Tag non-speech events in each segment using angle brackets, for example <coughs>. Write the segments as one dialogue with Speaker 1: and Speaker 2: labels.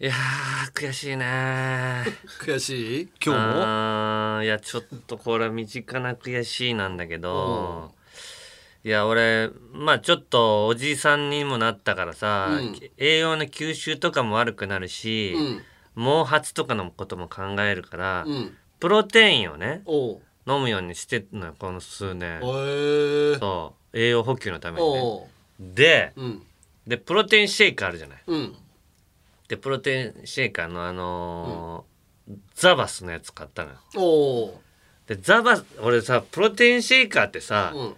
Speaker 1: いやー悔しいね
Speaker 2: 悔しい今日も
Speaker 1: あーいやちょっとこれは身近な悔しいなんだけど、いや俺まあちょっとおじいさんにもなったからさ、
Speaker 2: うん
Speaker 1: 栄養の吸収とかも悪くなるし、
Speaker 2: うん
Speaker 1: 毛髪とかのことも考えるから、
Speaker 2: うん
Speaker 1: プロテインをね
Speaker 2: おう
Speaker 1: 飲むようにしてんのよこの数年
Speaker 2: へえ
Speaker 1: そう栄養補給のためにね
Speaker 2: おう
Speaker 1: で
Speaker 2: うん
Speaker 1: でプロテインシェイクあるじゃない
Speaker 2: うん
Speaker 1: でプロテインシェイカーのあのーザバスのやつ買ったのよ
Speaker 2: おう
Speaker 1: でザバス俺さプロテインシェイカーってさ、
Speaker 2: うん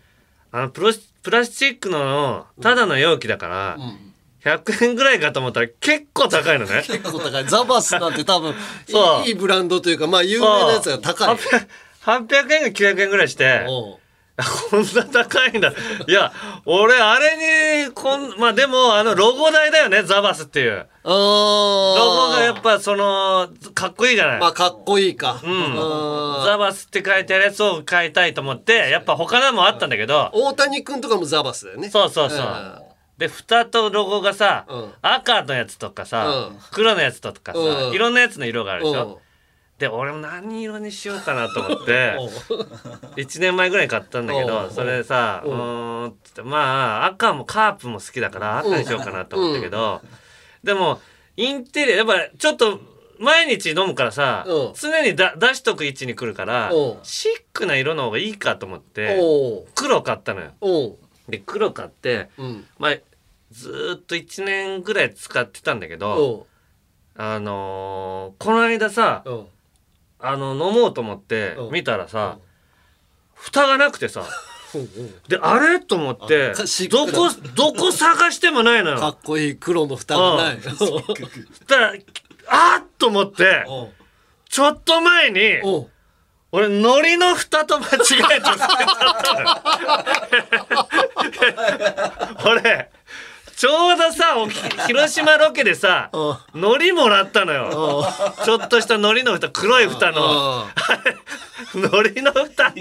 Speaker 1: あのプロスプラスチックのただの容器だから、
Speaker 2: うん
Speaker 1: 100円ぐらいかと思ったら結構高いのね
Speaker 2: 結構高いザバスなんて多分
Speaker 1: <laughs> そう
Speaker 2: いいブランドというかまあ有名なやつが高い
Speaker 1: 800円か900円ぐらいして
Speaker 2: おう
Speaker 1: あこんな高いんだいや俺あれにこんまあでもあのロゴ代だよねザバスっていう
Speaker 2: あー
Speaker 1: ロゴがやっぱそのかっこいいじゃない、
Speaker 2: まあかっこいいか
Speaker 1: ん
Speaker 2: あー
Speaker 1: ザバスって書いてあるやつを買いたいと思ってやっぱ他のもあったんだけど
Speaker 2: 大谷君とかもザバスだよね
Speaker 1: そうそうそう、
Speaker 2: ん
Speaker 1: で蓋とロゴがさ、
Speaker 2: うん
Speaker 1: 赤のやつとかさ、
Speaker 2: うん
Speaker 1: 黒のやつとかさ、
Speaker 2: うん
Speaker 1: いろんなやつの色があるでしょ、
Speaker 2: おう
Speaker 1: で俺も何色にしようかなと思って
Speaker 2: おう
Speaker 1: 1年前ぐらいに買ったんだけ
Speaker 2: う
Speaker 1: ど
Speaker 2: ん
Speaker 1: それでさう
Speaker 2: うん
Speaker 1: ーんつってまあ赤もカープも好きだから赤にしようかなと思ったけどでもインテリアやっぱちょっと毎日飲むからさ
Speaker 2: うん
Speaker 1: 常にだ出しとく位置に来るから
Speaker 2: うん
Speaker 1: シックな色の方がいいかと思って
Speaker 2: おう
Speaker 1: 黒買ったのよ。
Speaker 2: おう
Speaker 1: で黒買って
Speaker 2: うん
Speaker 1: まあずーっと1年ぐらい使ってたんだけど
Speaker 2: おう
Speaker 1: あのーこの間さ
Speaker 2: おう
Speaker 1: あの飲もうと思って
Speaker 2: うん
Speaker 1: 見たらさ、蓋がなくて
Speaker 2: <laughs>
Speaker 1: さ
Speaker 2: おう
Speaker 1: であれと思って
Speaker 2: あシッ
Speaker 1: ど
Speaker 2: クだ
Speaker 1: こどこ探してもないのよ。
Speaker 2: かっこいい黒の蓋がない。
Speaker 1: そしたらあーっと思って
Speaker 2: <laughs> おう
Speaker 1: ちょっと前に
Speaker 2: おう
Speaker 1: 俺海苔の蓋と間違えて捨てちゃったのよ。 <laughs> 俺ちょうどさお広島ロケでさ
Speaker 2: うん
Speaker 1: 海苔もらったのよ。ちょっとした海苔の蓋黒い蓋の。
Speaker 2: ああ
Speaker 1: <laughs> 海苔の蓋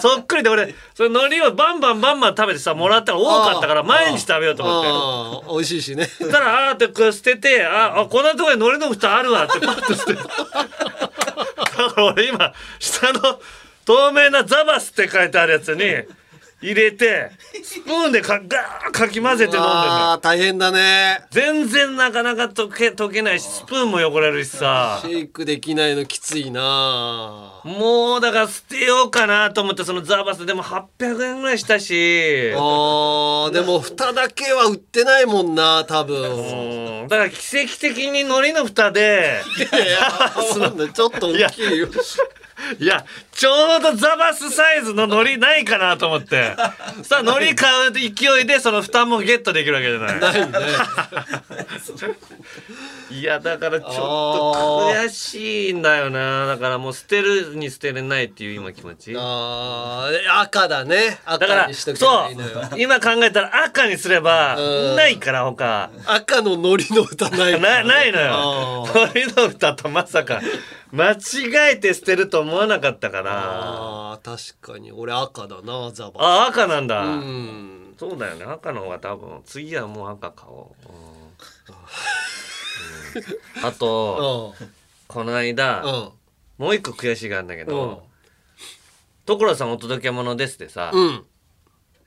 Speaker 1: そっくりで俺その海苔をバンバンバンバン食べてさもらったから多かったから毎日食べようと思って。
Speaker 2: ああ美味しいしね。
Speaker 1: そしたらあーってこう捨ててああこんなとこに海苔の蓋あるわってパッと捨て <laughs> ただから俺今下の透明なザバスって書いてあるやつに入れてスプーンでかガーかき混ぜて飲んでんのよ
Speaker 2: ああ大変だね。
Speaker 1: 全然なかなか溶け溶けないしスプーンも汚れるしさ
Speaker 2: シェイクできないのきついな。
Speaker 1: もうだから捨てようかなと思ってそのザバスでも800円ぐらいしたし
Speaker 2: ああでも蓋だけは売ってないもんな多分。
Speaker 1: うんだから奇跡的に海苔の蓋で
Speaker 2: いやそんなちょっと大きいよ。
Speaker 1: いやちょうどザバスサイズの海苔ないかなと思ってさあ海苔買う勢いでその蓋もゲットできるわけじゃない
Speaker 2: ないね。
Speaker 1: いやだからちょっと悔しいんだよなだからもう捨てるに捨てれないっていう今気持ちだ
Speaker 2: ああ赤だね。
Speaker 1: か
Speaker 2: 赤
Speaker 1: ら
Speaker 2: にし
Speaker 1: そ
Speaker 2: と
Speaker 1: う
Speaker 2: けばいいのよ。
Speaker 1: 今考えたら赤にすれば
Speaker 2: うん
Speaker 1: ないから他
Speaker 2: 赤の海苔の蓋ない。
Speaker 1: <laughs> なないのよ
Speaker 2: あ
Speaker 1: 海苔の蓋とまさか間違えて捨てると思わなかったから
Speaker 2: ああ確かに俺赤だなザバ。
Speaker 1: あ赤なんだ、
Speaker 2: うん。
Speaker 1: そうだよね赤の方が多分次はもう赤買おう、うんあと
Speaker 2: う
Speaker 1: この間、
Speaker 2: ん。うん。
Speaker 1: もう一個悔しいがあるんだけ
Speaker 2: うん
Speaker 1: ど「所さんお届け物です」でさ、
Speaker 2: うん。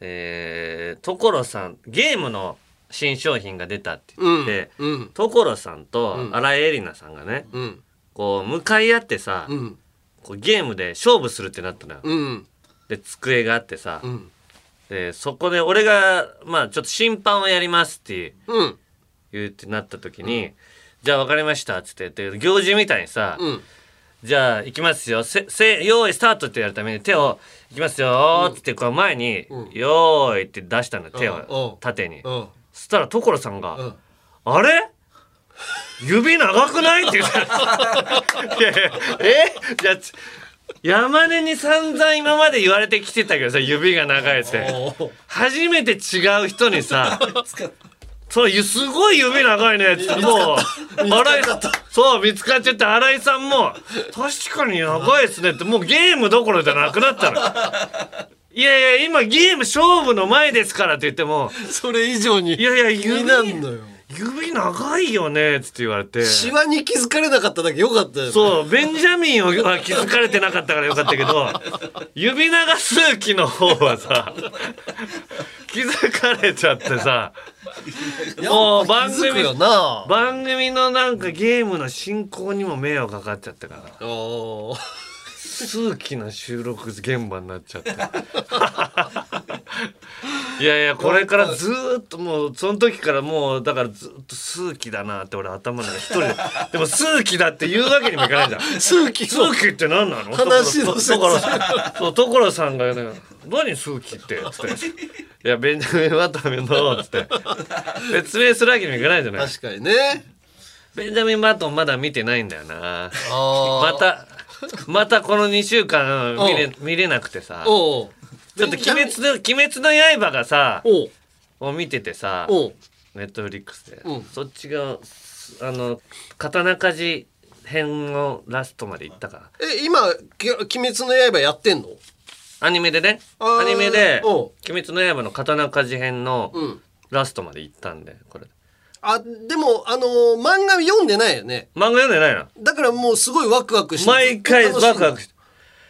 Speaker 1: えー所さんゲームの新商品が出たって
Speaker 2: う
Speaker 1: 言
Speaker 2: ん。
Speaker 1: って、
Speaker 2: うん。
Speaker 1: 所さんと
Speaker 2: うん
Speaker 1: 新井恵里奈さんがね、
Speaker 2: うん。
Speaker 1: こう向かい合ってさ、
Speaker 2: うん。
Speaker 1: こうゲームで勝負するってなったのよ。
Speaker 2: うん。
Speaker 1: で机があってさ、
Speaker 2: うん。
Speaker 1: でそこで俺がまあちょっと審判をやりますっていう。
Speaker 2: うん。
Speaker 1: 言うってなった時に「じゃあ分かりました」っつってで行事みたいにさ「
Speaker 2: うん。
Speaker 1: じゃあ行きますよせせ用意スタート」ってやるために手を「行きますよ」っつってこう前に
Speaker 2: うん
Speaker 1: 「用意」って出したの手
Speaker 2: うん
Speaker 1: を縦に
Speaker 2: う。ん。
Speaker 1: そしたら所さん
Speaker 2: う
Speaker 1: が
Speaker 2: ん。
Speaker 1: 「あれ指長くない?」って言
Speaker 2: <laughs>
Speaker 1: った。いやいやえじゃあつ山根に散々今まで言われてきてたけどさ指が長いって。初めて違う人にさそれすごい指長いねってもう新井さんそう見つかっちゃって新井さんも「確かに長いですね」ってもうゲームどころじゃなくなったの。いやいや今ゲーム勝負の前ですからって言っても
Speaker 2: それ以上に。
Speaker 1: いやいや
Speaker 2: 気に
Speaker 1: 指
Speaker 2: なんのよ。
Speaker 1: 指長いよね」っつって言われて
Speaker 2: シワに気づかれなかっただけよかったよね
Speaker 1: そうベンジャミンは気づかれてなかったからよかったけど指長数奇の方はさ気づかれちゃってさ
Speaker 2: やっ
Speaker 1: もう
Speaker 2: ぱ
Speaker 1: 番
Speaker 2: 気
Speaker 1: 組
Speaker 2: づくよな
Speaker 1: 番組のなんかゲームの進行にも迷惑かかっちゃったから
Speaker 2: おー
Speaker 1: 数奇な収録現場になっちゃって <laughs> いやいやこれからずーっともうその時からもうだからずっと数奇だなって俺頭の中で一人ででも数奇だって言うわけにもいかないじゃん
Speaker 2: 数奇
Speaker 1: スーキーって何なの
Speaker 2: 話の説
Speaker 1: 所所そう所さんが、ね「何スーキーって」つって「いやベンジャミン・バトンの」つって説明するわけにもいかないじゃない
Speaker 2: 確かにね
Speaker 1: ベンジャミン・バトンまだ見てないんだよな
Speaker 2: あ
Speaker 1: またまたこの2週間見れ見れなくてさ
Speaker 2: あおう
Speaker 1: ちょっと鬼滅の「鬼滅の刃」がさ
Speaker 2: おう
Speaker 1: を見ててさ
Speaker 2: おう
Speaker 1: ネットフリックスで、
Speaker 2: うん
Speaker 1: そっちがあの刀鍛冶編のラストまで行ったから
Speaker 2: え今「き鬼滅の刃」やってんの
Speaker 1: アニメでね
Speaker 2: あー
Speaker 1: アニメで「
Speaker 2: おう
Speaker 1: 鬼滅の刃」の刀鍛冶編の
Speaker 2: うん
Speaker 1: ラストまで行ったんでこれ
Speaker 2: あでもあのー漫画読んでないよね
Speaker 1: 漫画読んでないな
Speaker 2: だからもうすごいワクワクして
Speaker 1: 毎回
Speaker 2: 楽しんで
Speaker 1: ワクワクして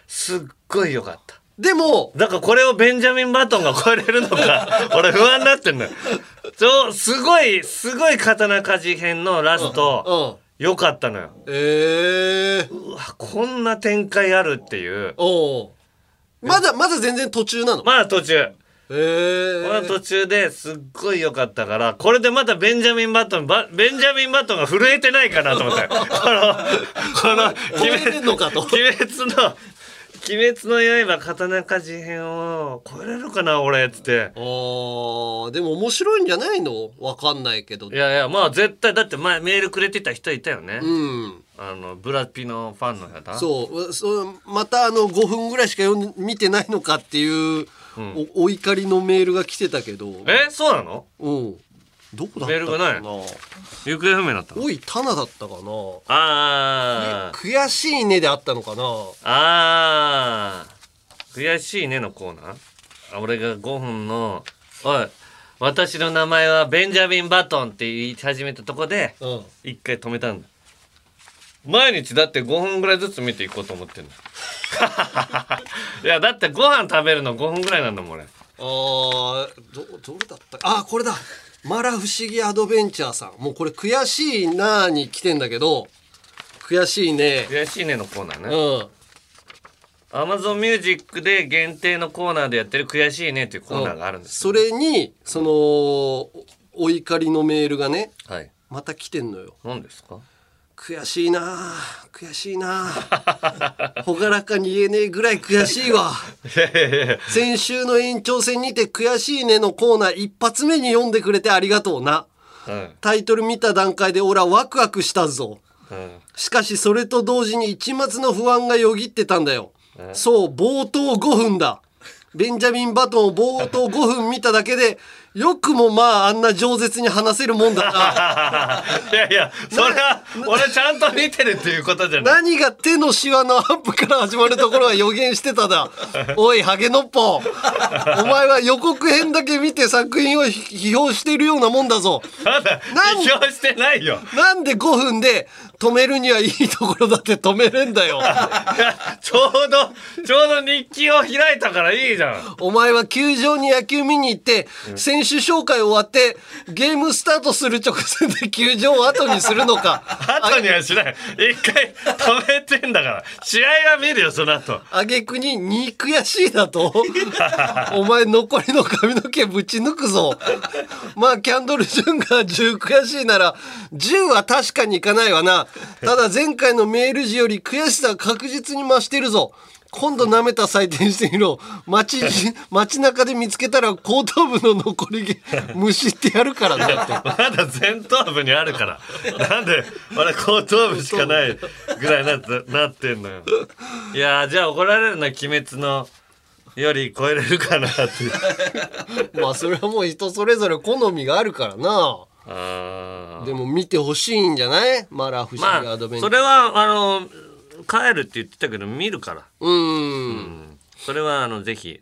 Speaker 1: すっごい良かった
Speaker 2: でも
Speaker 1: だからこれをベンジャミン・バトンが超えれるの
Speaker 2: <laughs>
Speaker 1: か俺不安になってんのよそうすごいすごい刀鍛冶編のラスト
Speaker 2: うん
Speaker 1: 良かったのよ
Speaker 2: ええ
Speaker 1: うわこんな展開あるっていう
Speaker 2: おうまだまだ全然途中なの、
Speaker 1: まだ途中
Speaker 2: え
Speaker 1: この
Speaker 2: え
Speaker 1: 途中ですっごい良かったからこれでまたベンジャミン・バトンバベンジャミン・バトンが震えてないかなと思
Speaker 2: <laughs>
Speaker 1: ってこのこの「
Speaker 2: 超
Speaker 1: 鬼
Speaker 2: え
Speaker 1: 滅
Speaker 2: れんの
Speaker 1: <laughs>
Speaker 2: かと
Speaker 1: 鬼滅の「鬼滅の刃刀鍛冶編」を超えれるかな俺っつって
Speaker 2: あーでも面白いんじゃないのわかんないけど
Speaker 1: いやいやまあ絶対だって前メールくれてた人いたよね、
Speaker 2: うん
Speaker 1: あのブラピのファンの方
Speaker 2: そううそうまたあの5分ぐらいしか読ん見てないのかっていう、おお怒りのメールが来てたけど
Speaker 1: えそうなの
Speaker 2: うんどこだったかな
Speaker 1: メールがない行方不明だったの
Speaker 2: おいタナだったかな
Speaker 1: あー
Speaker 2: 悔しいねであったのかな
Speaker 1: あー悔しいねのコーナーあ俺が5分の「おい私の名前はベンジャミン・バトン」って言い始めたとこで
Speaker 2: うん
Speaker 1: 一回止めたんだ毎日だって5分ぐらいずつ見ていこうと思ってん
Speaker 2: <laughs>
Speaker 1: のいやだってご飯食べるの5分ぐらいなんだもん俺
Speaker 2: あーどどれだったあーこれだマラ不思議アドベンチャーさんもうこれ悔しいなーに来てんだけど悔しいね
Speaker 1: 悔しいねのコーナーね
Speaker 2: うん
Speaker 1: Amazon ミュージックで限定のコーナーでやってる悔しいねっていうコーナーがあるんです
Speaker 2: それにそのおお怒りのメールがね
Speaker 1: はい
Speaker 2: また来てんのよ
Speaker 1: 何ですか
Speaker 2: 悔しいなあ悔しいな
Speaker 1: <laughs>
Speaker 2: あ朗らかに言えねえぐらい悔しいわ
Speaker 1: いやいやいや
Speaker 2: 先週の延長戦にて悔しいねのコーナー一発目に読んでくれてありがとうな
Speaker 1: うん
Speaker 2: タイトル見た段階で俺はワクワクしたぞ
Speaker 1: うん
Speaker 2: しかしそれと同時に一抹の不安がよぎってたんだよ。そう、冒頭5分だ。ベンジャミン・バトンを冒頭5分見ただけで、よくもまああんな饒舌に話せるもんだ
Speaker 1: <laughs>
Speaker 2: な。
Speaker 1: いやいやそれは俺ちゃんと見てるっていうことじゃない
Speaker 2: 何が手のシワのアップから始まるところは予言してただ。おい、ハゲノッポ。お前は予告編だけ見て作品を批評しているようなもんだぞ。
Speaker 1: まだ
Speaker 2: 何
Speaker 1: 批評してないよ
Speaker 2: なんで5分で止めるにはいいところだって止めれんだよ。
Speaker 1: いやちょうどちょうど日記を開いたからいいじゃん
Speaker 2: お前は球場に野球見に行って、選手紹介終わって、ゲームスタートする直前で球場を後にするのか。
Speaker 1: 後にはしない一回止めてんだから試合は見るよその後
Speaker 2: あげくに、に悔しいだと <laughs> お前残りの髪の毛ぶち抜くぞ。まあ、キャンドル・ジュンが10悔しいなら、10は確かにいかないわな。ただ前回のメール時より悔しさは確実に増してるぞ。今度舐めた採点してみろ。街じ、街中で見つけたら後頭部の残り毛、むしってやるからね。
Speaker 1: まだ前頭部にあるからなんで俺後頭部しかないぐらいなってなってんのよいやーじゃあ怒られるな鬼滅のより超えれるかなっていう
Speaker 2: まあそれはもう人それぞれ好みがあるからな。
Speaker 1: あー
Speaker 2: でも見てほしいんじゃないマラフシ
Speaker 1: ま
Speaker 2: ー
Speaker 1: あ
Speaker 2: アドベンチ
Speaker 1: そ
Speaker 2: ャー。
Speaker 1: れはあの帰るって言ってたけど見るから
Speaker 2: うん。
Speaker 1: それはあのぜひ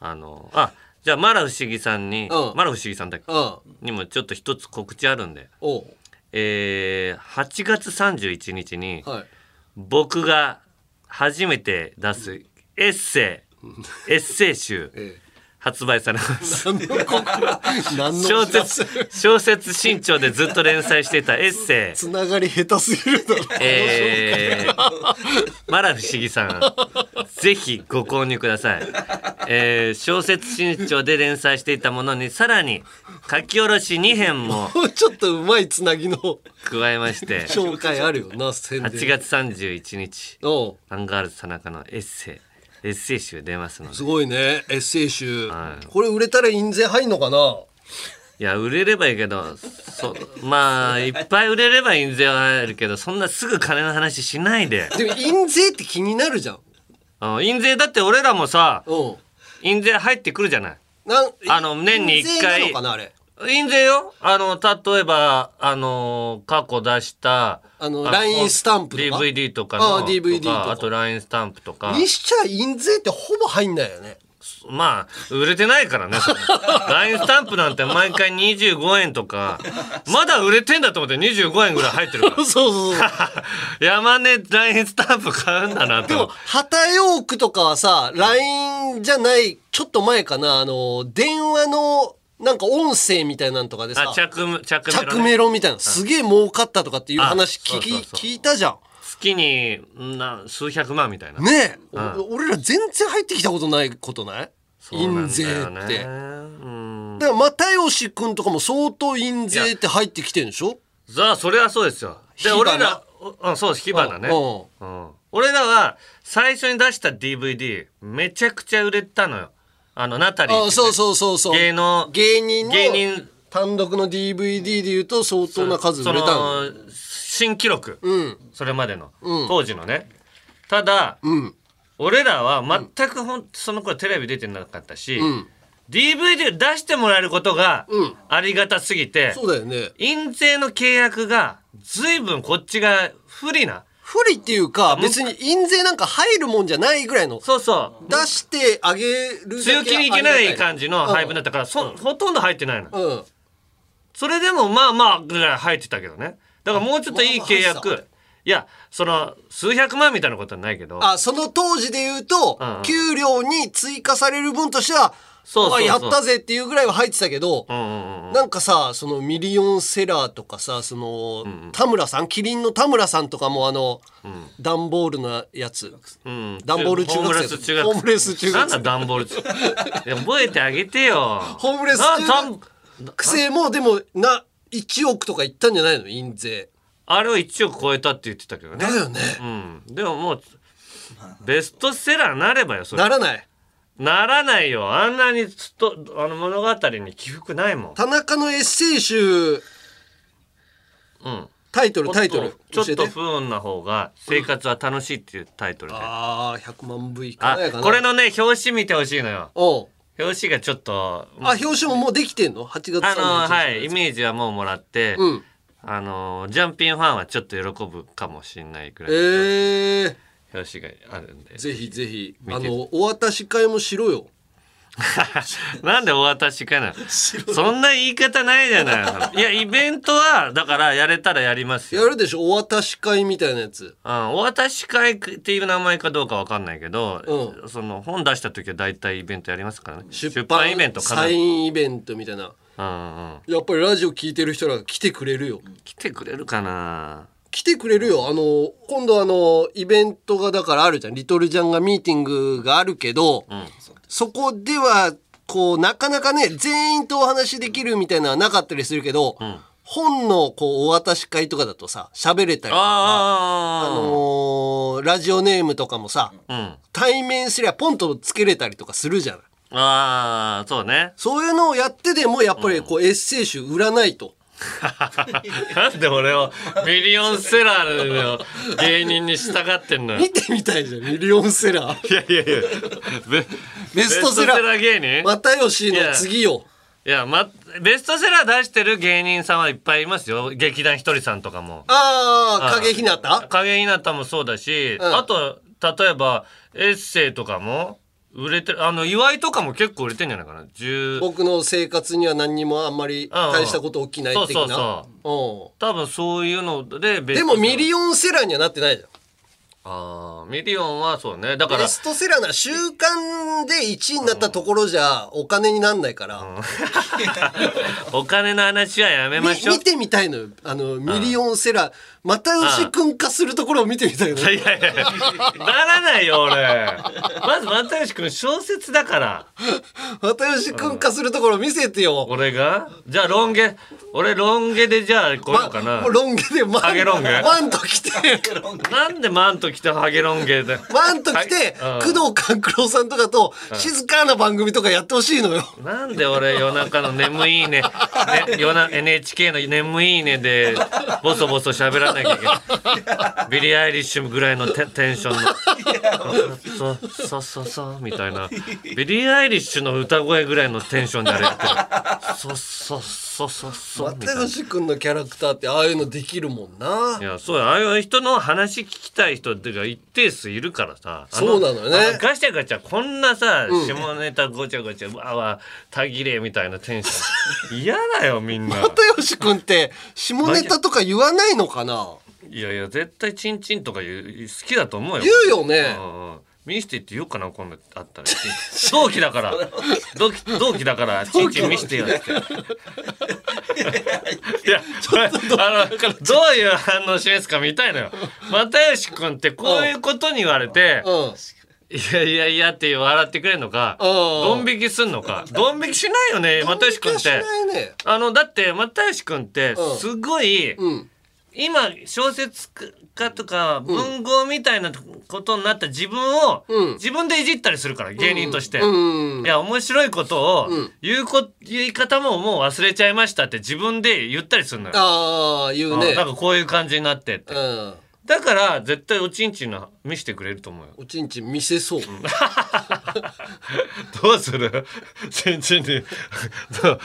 Speaker 1: あのあじゃあマラ不思議さんに、
Speaker 2: うん
Speaker 1: マラ不思議さんだっけ
Speaker 2: うん。
Speaker 1: にもちょっと一つ告知あるんで、
Speaker 2: おう
Speaker 1: えー、8月31日に
Speaker 2: はい。
Speaker 1: 僕が初めて出すエッセイエッセイ集
Speaker 2: え
Speaker 1: 発売されます。
Speaker 2: え。何の告知何の
Speaker 1: 小
Speaker 2: 知らせ
Speaker 1: 説小説新潮でずっと連載していたエッセ
Speaker 2: <laughs>
Speaker 1: イ
Speaker 2: つながり下手すぎるだろ。
Speaker 1: えー、マラ不思議さんぜひご購入ください、えー、小説新潮で連載していたものにさらに書き下ろし2編も
Speaker 2: もうちょっとうまいつなぎの
Speaker 1: 加えまして
Speaker 2: 紹介あるよな、宣伝。
Speaker 1: 8月31日
Speaker 2: おう
Speaker 1: アンガールズ田中のエッセイエッセイ集出ますのです
Speaker 2: ごいね、エッセイ集。
Speaker 1: はい
Speaker 2: これ売れたら印税入んのかない
Speaker 1: や売れればいいけどそまあいっぱい売れれば印税は入るけどそんなすぐ金の話しないで
Speaker 2: でも印税って気になるじゃん。
Speaker 1: あの印税だって俺らもさ
Speaker 2: おう
Speaker 1: 印税入ってくるじゃない
Speaker 2: なん
Speaker 1: あの年に一回
Speaker 2: 印税なのかなあれ。
Speaker 1: 印税よあの例えばあの過去出した
Speaker 2: あの LINE スタンプとか
Speaker 1: DVD とかの
Speaker 2: あ DVD とか
Speaker 1: あと LINE スタンプとか
Speaker 2: にしちゃ印税ってほぼ入んない
Speaker 1: <laughs>
Speaker 2: よね。
Speaker 1: まあ売れてないからねそれ LINE スタンプなんて毎回25円とかまだ売れてんだと思って25円ぐらい入ってるか
Speaker 2: そうそうそう。
Speaker 1: ら <laughs> 山根 LINE スタンプ買うんだな
Speaker 2: でも、
Speaker 1: と
Speaker 2: 旗ヨークとかはさ、LINE じゃない、ちょっと前かな、あの、電話の、なんか音声みたいなんとかで
Speaker 1: あ
Speaker 2: さ、
Speaker 1: 着着メロね
Speaker 2: 着メロみたいな、すげえ儲かったとかっていう話
Speaker 1: あ
Speaker 2: 聞き
Speaker 1: そうそうそう
Speaker 2: 聞いたじゃ。
Speaker 1: 月にな数百万みたいなん
Speaker 2: ねえ、
Speaker 1: うん
Speaker 2: お俺ら全然入ってきたことないことない
Speaker 1: そうなん
Speaker 2: 印税
Speaker 1: だよ
Speaker 2: っ
Speaker 1: ね
Speaker 2: て。
Speaker 1: うん
Speaker 2: だから、又吉くんとかも相当印税って入ってきてるんでしょ
Speaker 1: さあそれはそうですよで
Speaker 2: 火花
Speaker 1: 俺らおうんそうです火花ね
Speaker 2: う
Speaker 1: うん俺らは最初に出した DVD めちゃくちゃ売れたのよあのナタリーってね
Speaker 2: あそうそうそうそう。
Speaker 1: 芸能
Speaker 2: 芸人の
Speaker 1: 芸人
Speaker 2: 単独の DVD で言うと相当な数売れた
Speaker 1: そ
Speaker 2: の。
Speaker 1: の新記録、
Speaker 2: うん。
Speaker 1: それまでの、
Speaker 2: うん
Speaker 1: 当時のねただ、
Speaker 2: うん。
Speaker 1: 俺らは全くほん、その頃テレビ出てなかったし、
Speaker 2: うん。
Speaker 1: DVD を出してもらえることが
Speaker 2: うん
Speaker 1: ありがたすぎて、
Speaker 2: そうだよね。
Speaker 1: 印税の契約が随分こっちが不利な
Speaker 2: 不利っていうか、別に印税なんか入るもんじゃないぐらいの、
Speaker 1: そうそう
Speaker 2: 出してあげるだけ
Speaker 1: 強気にいけない感じの配分だ
Speaker 2: だ
Speaker 1: ったから、そほとんど入ってないの、
Speaker 2: うん。うん。
Speaker 1: それでもまあまあぐらい入ってたけどねだからもうちょっといい契
Speaker 2: まあまあ入ってたわ
Speaker 1: 約いやその数百万みたいなことはないけど
Speaker 2: あ、その当時で言うと
Speaker 1: うんうん、
Speaker 2: 給料に追加される分としては、
Speaker 1: そうそうそう
Speaker 2: あやったぜっていうぐらいは入ってたけど
Speaker 1: う、んうんうん
Speaker 2: なんかさ、そのミリオンセラーとかさ、その、田村さん、キリンの田村さんとかもあの、段ボールのやつ。
Speaker 1: うん
Speaker 2: 段ボール中
Speaker 1: ホ
Speaker 2: 学生
Speaker 1: ームレス中学
Speaker 2: ホームレス中学生
Speaker 1: なんだ段ボール
Speaker 2: <laughs>
Speaker 1: 中いや覚えてあげてよ
Speaker 2: ホームレス中学
Speaker 1: なん段
Speaker 2: くせもでも、な、1億とかいったんじゃないの印税。
Speaker 1: あれを1億超えたって言ってたけどね
Speaker 2: だよね。
Speaker 1: うんでももうベストセラーなればよそれ
Speaker 2: ならない。
Speaker 1: ならないよあんなにずっとあの物語に起伏ないもん
Speaker 2: 田中のエッセイ集、
Speaker 1: うん
Speaker 2: タイトル、タイトル。
Speaker 1: ちょっとち
Speaker 2: 教
Speaker 1: ょって
Speaker 2: え
Speaker 1: と不運な方が生活は楽しいっていうタイトルで、
Speaker 2: ああ、100万部いか
Speaker 1: あ
Speaker 2: ないかな。
Speaker 1: これ。のね表紙見てほしいのよ
Speaker 2: おう
Speaker 1: 表紙がちょっと
Speaker 2: あ、表紙ももうできてんの ?8 月
Speaker 1: あの
Speaker 2: 31日
Speaker 1: はいイメージはもうもらって、
Speaker 2: うん。
Speaker 1: あのジャンピンファンはちょっと喜ぶかもしれないぐらいの
Speaker 2: ええ
Speaker 1: 表紙があるんで、
Speaker 2: ぜひぜひ、
Speaker 1: 見て
Speaker 2: あの、お渡し会もしろよ。
Speaker 1: <laughs> なんでお渡し
Speaker 2: <laughs>
Speaker 1: かなそんな言い方ないじゃないいやイベントはだからやれたらやります
Speaker 2: や
Speaker 1: よ、
Speaker 2: るでしょお渡し会みたいなやつ。
Speaker 1: うん、お渡し会っていう名前かどうかわかんないけど、
Speaker 2: う
Speaker 1: その本出した時は大体イベントやりますからね
Speaker 2: 出版
Speaker 1: イベントかな
Speaker 2: サイ
Speaker 1: り、
Speaker 2: ンイベントみたいな。
Speaker 1: うんうん、
Speaker 2: やっぱりラジオ聞いてる人らが来てくれるよ。
Speaker 1: 来てくれるかな
Speaker 2: 来てくれるよ。あの、今度あの、イベントがだからあるじゃん。リトルジャンがミーティングがあるけど、そこでは、こう、なかなかね、全員とお話しできるみたいなのはなかったりするけど、本のこう、お渡し会とかだとさ、喋れたりとか、あ
Speaker 1: あ
Speaker 2: のーラジオネームとかもさ、
Speaker 1: あ、うん、
Speaker 2: 対面すりゃポンとつけれたりとかするじゃない。
Speaker 1: ああそうね
Speaker 2: そういうのをやってでも、やっぱりこう、エッセイ集売らないと。
Speaker 1: <laughs> なんで俺をミリオンセラーの芸人に従ってんのよ
Speaker 2: 見てみたいじゃん、ミリオンセラー。
Speaker 1: いやいやいやベ
Speaker 2: ベストセラー
Speaker 1: ベ芸人
Speaker 2: 又吉の次よ。
Speaker 1: いや、ま、ベストセラー出してる芸人さんはいっぱいいますよ劇団ひとりさんとかも
Speaker 2: ああ、影ひなた
Speaker 1: 影ひなたもそうだし、
Speaker 2: うん
Speaker 1: あと例えばエッセイとかも売れてるあの岩井とかも結構売れてんじゃないかな10
Speaker 2: 僕の生活には何にもあんまり大したこと起きない的な
Speaker 1: そうそう
Speaker 2: うん
Speaker 1: 多分そういうので
Speaker 2: でもミ
Speaker 1: ン
Speaker 2: リオンセラーにはなってないじゃん
Speaker 1: あーミリオンはそうねだから
Speaker 2: ベストセラーな週間で1位になったところじゃお金になんないから、
Speaker 1: <laughs> お金の話はやめ
Speaker 2: み
Speaker 1: ましょう
Speaker 2: 見てみたいのよあのミリオンセラー又吉君化するところを見てみたいのよ
Speaker 1: いやいやいやならないよ俺まず又吉君小説だから
Speaker 2: 又吉君化するところ見せてよ、
Speaker 1: 俺がじゃあロン毛俺ロン毛でじゃあ来ようかな、
Speaker 2: まロン毛でマン
Speaker 1: ハゲロン毛
Speaker 2: マント着て
Speaker 1: なんでマント着てハゲロン毛で
Speaker 2: マント着て、
Speaker 1: はいうん
Speaker 2: 工藤官九郎さんとかと静かな番組とかやってほしいのよ、
Speaker 1: なんで俺夜中の眠いねね夜な NHK の眠いねでボソボソ喋らなきゃいけないビリー・アイリッシュぐらいのテテンションのそうそうそうそうみたいなビリー・アイリッシュの歌声ぐらいのテンションであれやってるそうそうそうそうそうみたいな
Speaker 2: 又吉君のキャラクターってああいうのできるもんない
Speaker 1: やそうやああいう人の話聞きたい人っていうか一定数いるからさあ
Speaker 2: そうなのよね
Speaker 1: あガチャガチャこんなさ、下ネタごちゃごちゃわーわーたぎれみたいなテンショ
Speaker 2: <laughs>
Speaker 1: ン嫌だよみんな
Speaker 2: 又吉君って下ネタとか言わないのかない
Speaker 1: やいや絶対チンチンとか言う好きだと思うよ
Speaker 2: 言うよね
Speaker 1: うんうん見してって言おうかな今度あった <laughs> ら同期だから同期同期だからチンチン見してよっていやこれあのどういう反応示すか見たいのよ又吉君ってこういうことに言われて
Speaker 2: うん
Speaker 1: いやいやいやって笑ってくれるのか
Speaker 2: うん
Speaker 1: ドン引きすんのかドン引きしないよね又吉君っ
Speaker 2: しな
Speaker 1: て
Speaker 2: いね
Speaker 1: あのだって又吉君って
Speaker 2: うん
Speaker 1: すごい、
Speaker 2: うん
Speaker 1: 今小説家とか文豪みたいなことになった自分を、
Speaker 2: うん
Speaker 1: 自分でいじったりするから芸人として、
Speaker 2: うん
Speaker 1: いや面白いことを
Speaker 2: うん
Speaker 1: 言うこ、言い方ももう忘れちゃいましたって自分で言ったりするのよ、
Speaker 2: ああ言う
Speaker 1: うん
Speaker 2: ね
Speaker 1: なんかこういう感じになってって、
Speaker 2: うん
Speaker 1: だから絶対おちんちんの見せてくれると思うよ
Speaker 2: おちんちん見せそう
Speaker 1: どうする <laughs> ちんちんにそう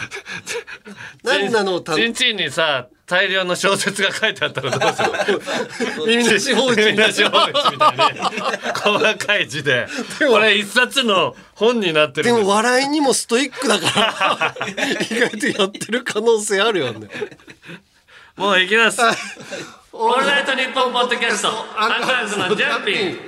Speaker 2: 何なのた
Speaker 1: ちんちんにさ大量の小説が書いてあったらどうする
Speaker 2: <laughs> 耳なし方
Speaker 1: み
Speaker 2: 針
Speaker 1: んなし方針みたいに細かい字でこれ一冊の本になって
Speaker 2: で
Speaker 1: るんで
Speaker 2: も
Speaker 1: す
Speaker 2: 笑いにもストイックだから
Speaker 1: <laughs>
Speaker 2: 意外とやってる可能性あるよね
Speaker 1: もう行きます
Speaker 2: はい
Speaker 1: オールナイトニッポンポッドキャストアンカーズのジャンピン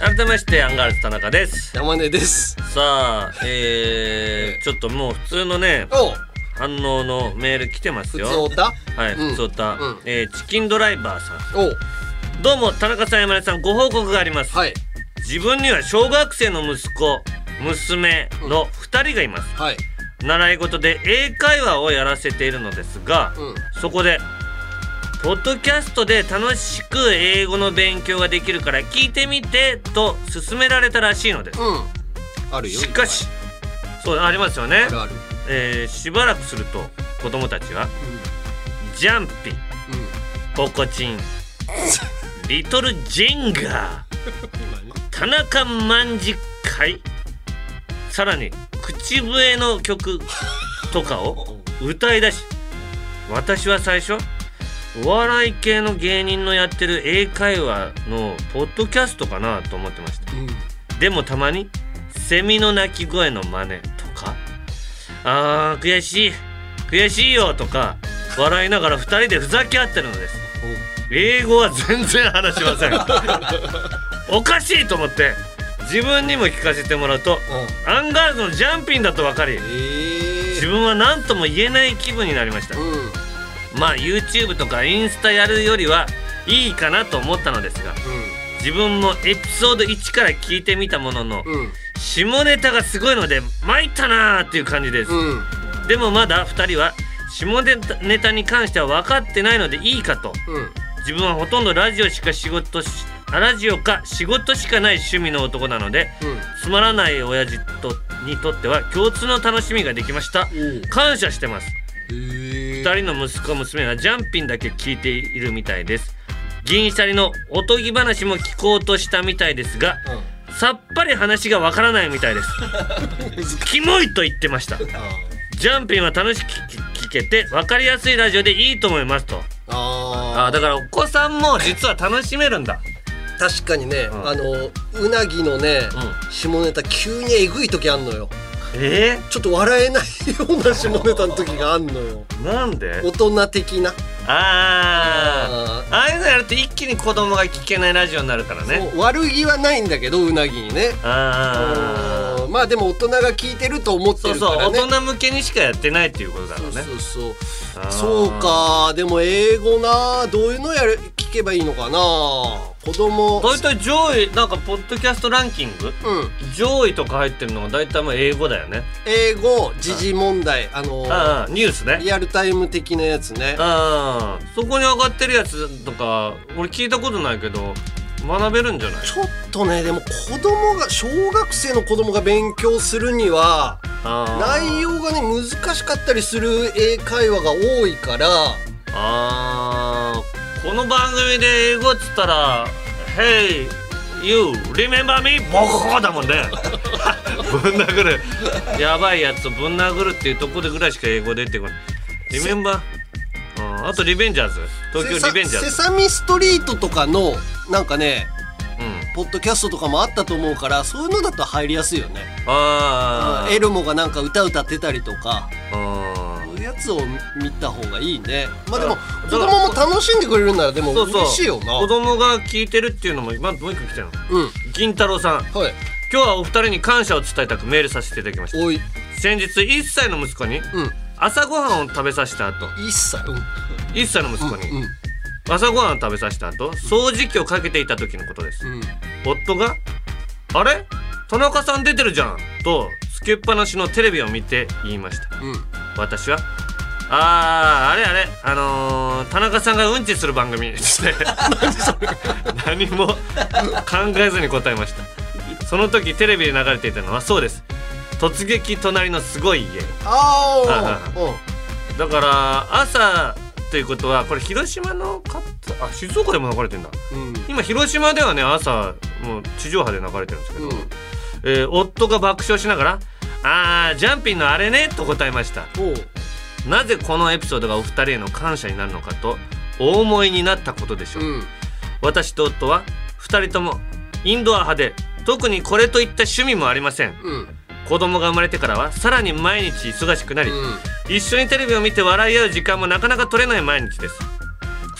Speaker 1: 改めましてアンガールズ田中です
Speaker 2: 山根です
Speaker 1: さあえー、ちょっともう普通のね
Speaker 2: お
Speaker 1: 反応のメール来てます
Speaker 2: 普
Speaker 1: よ
Speaker 2: 通おた
Speaker 1: はい、
Speaker 2: うん
Speaker 1: 普通歌、
Speaker 2: うん
Speaker 1: えーチキンドライバーさん
Speaker 2: お
Speaker 1: どうも田中さん山根さんご報告があります、
Speaker 2: はい
Speaker 1: 自分には小学生の息子娘の2人がいます
Speaker 2: はい
Speaker 1: 習い事で英会話をやらせているのですが、
Speaker 2: うん
Speaker 1: そこで「ポッドキャストで楽しく英語の勉強ができるから聞いてみて」と勧められたらしいのです、
Speaker 2: うんあるよ
Speaker 1: しかしそうありますよね
Speaker 2: あ、るある
Speaker 1: えーしばらくすると子供たちは「ジャンピ」
Speaker 2: うんうん
Speaker 1: ポコチンリトルジェンガー田中万次会さらに口笛の曲とかを歌い出し私は最初お笑い系の芸人のやってる英会話のポッドキャストかなと思ってました
Speaker 2: うん
Speaker 1: でもたまにセミの鳴き声の真似とかあー悔しい悔しいよとか笑いながら2人でふざけ合ってるのです英語は全然話しませんおかしいと思って自分にも聞かせてもらうと
Speaker 2: おうん
Speaker 1: アンガールズのジャンピンだと分かり
Speaker 2: え
Speaker 1: 自分は何とも言えない気分になりました
Speaker 2: ーうん
Speaker 1: まあ YouTube とかインスタやるよりはいいかなと思ったのですが自分もエピソード1から聞いてみたものの
Speaker 2: うんうん
Speaker 1: 下ネタがすごいので参ったなーっていう感じです、
Speaker 2: うん
Speaker 1: でもまだ2人は下ネタネタに関しては分かってないのでいいかと
Speaker 2: うん
Speaker 1: 自分はほとんどラジオしか仕事しあラジオか仕事しかない趣味の男なのでつまらない親父とにとっては共通の楽しみができました
Speaker 2: うん
Speaker 1: 感謝してます
Speaker 2: え
Speaker 1: 2人の息子娘はジャンピンだけ聞いているみたいです銀シャリのおとぎ話も聞こうとしたみたいですがさっぱり話がわからないみたいですキモいと言ってましたジャンピンは楽しく聞けて分かりやすいラジオでいいと思いますとあ
Speaker 2: あ
Speaker 1: ーだからお子さんも実は楽しめるんだ
Speaker 2: ー確かにね、
Speaker 1: ん
Speaker 2: あのうなぎのね、
Speaker 1: う
Speaker 2: 下ネタ急にえぐい時あんのよ
Speaker 1: え
Speaker 2: ちょっと笑えないような下ネタの時があんのよ
Speaker 1: ー、なんで
Speaker 2: 大人的な、
Speaker 1: あ
Speaker 2: あ
Speaker 1: あああいうのやると一気に子供が聞けないラジオになるから
Speaker 2: ー
Speaker 1: ね
Speaker 2: そう悪気はないんだけどうなぎにね
Speaker 1: ああ
Speaker 2: うんまあでも大人が聞いてると思って
Speaker 1: そう
Speaker 2: るか
Speaker 1: そう
Speaker 2: らね
Speaker 1: 大人向けにしかやってないっていうことだろうね
Speaker 2: そうそう
Speaker 1: あー
Speaker 2: そうかでも英語などういうのやる聞けばいいのかな子供
Speaker 1: 大体上位なんかポッドキャストランキング
Speaker 2: うん
Speaker 1: 上位とか入ってるのが大体もう英語だよね
Speaker 2: 英語時事問題あの
Speaker 1: ああニュースね
Speaker 2: リアルタイム的なやつね
Speaker 1: ああそこに上がってるやつとか俺聞いたことないけど学べるんじゃない
Speaker 2: ちょっとねでも子供が小学生の子供が勉強するには
Speaker 1: ああ
Speaker 2: 内容がね難しかったりする英会話が多いから
Speaker 1: あーこの番組で英語っつったら「Hey you remember me?」ボコだもんねぶん殴るやばいやつをぶん殴るっていうとこでぐらいしか英語出てこない「Remember」うんあと「リベンジャーズ」東京リベンジャー
Speaker 2: セ
Speaker 1: ズ、
Speaker 2: サセサミストリートとかのなんかね
Speaker 1: うん、
Speaker 2: ポッドキャストとかもあったと思うからそういうのだと入りやすいよね
Speaker 1: あ
Speaker 2: エルモがなんか歌歌ってたりとか
Speaker 1: あうん
Speaker 2: そういうやつを見た方がいいねまあで
Speaker 1: う
Speaker 2: も
Speaker 1: ん
Speaker 2: 子供も楽しんでくれるならでも
Speaker 1: そうそう
Speaker 2: 嬉しいよな
Speaker 1: 子供が聞いてるっていうのも今もう一個来たの
Speaker 2: うん
Speaker 1: 銀太郎さん
Speaker 2: はい
Speaker 1: 今日はお二人に感謝を伝えたくメールさせていただきまし
Speaker 2: おい
Speaker 1: た先日1歳の息子に
Speaker 2: うん
Speaker 1: 朝ごはんを食べさせた後
Speaker 2: 一切うん
Speaker 1: 1歳の息子に
Speaker 2: うん
Speaker 1: 朝ごはんを食べさせた後掃除機をかけていた時のことです
Speaker 2: うん
Speaker 1: 夫が「あれ田中さん出てるじゃん」とつけっぱなしのテレビを見て言いました
Speaker 2: うん
Speaker 1: 私は「あーあれあれあのー、田中さんがうんちする番組」
Speaker 2: <laughs>
Speaker 1: って何も考えずに答えましたその時テレビで流れていたのはそうです「突撃隣のすごい家
Speaker 2: あーうん」
Speaker 1: だから朝ということはこれ広島の方あ静岡でも流れてんだ
Speaker 2: うん
Speaker 1: 今広島ではね朝もう地上波で流れてるんですけど、
Speaker 2: うん
Speaker 1: えー夫が爆笑しながら「あージャンピンのあれね」と答えました
Speaker 2: おう
Speaker 1: なぜこのエピソードがお二人への感謝になるのかとお思いになったことでしょう、
Speaker 2: うん
Speaker 1: 私と夫は二人ともインドア派で特にこれといった趣味もありません
Speaker 2: うん
Speaker 1: 子供が生まれてからはさらに毎日忙しくなり、
Speaker 2: うん
Speaker 1: 一緒にテレビを見て笑い合う時間もなかなか取れない毎日です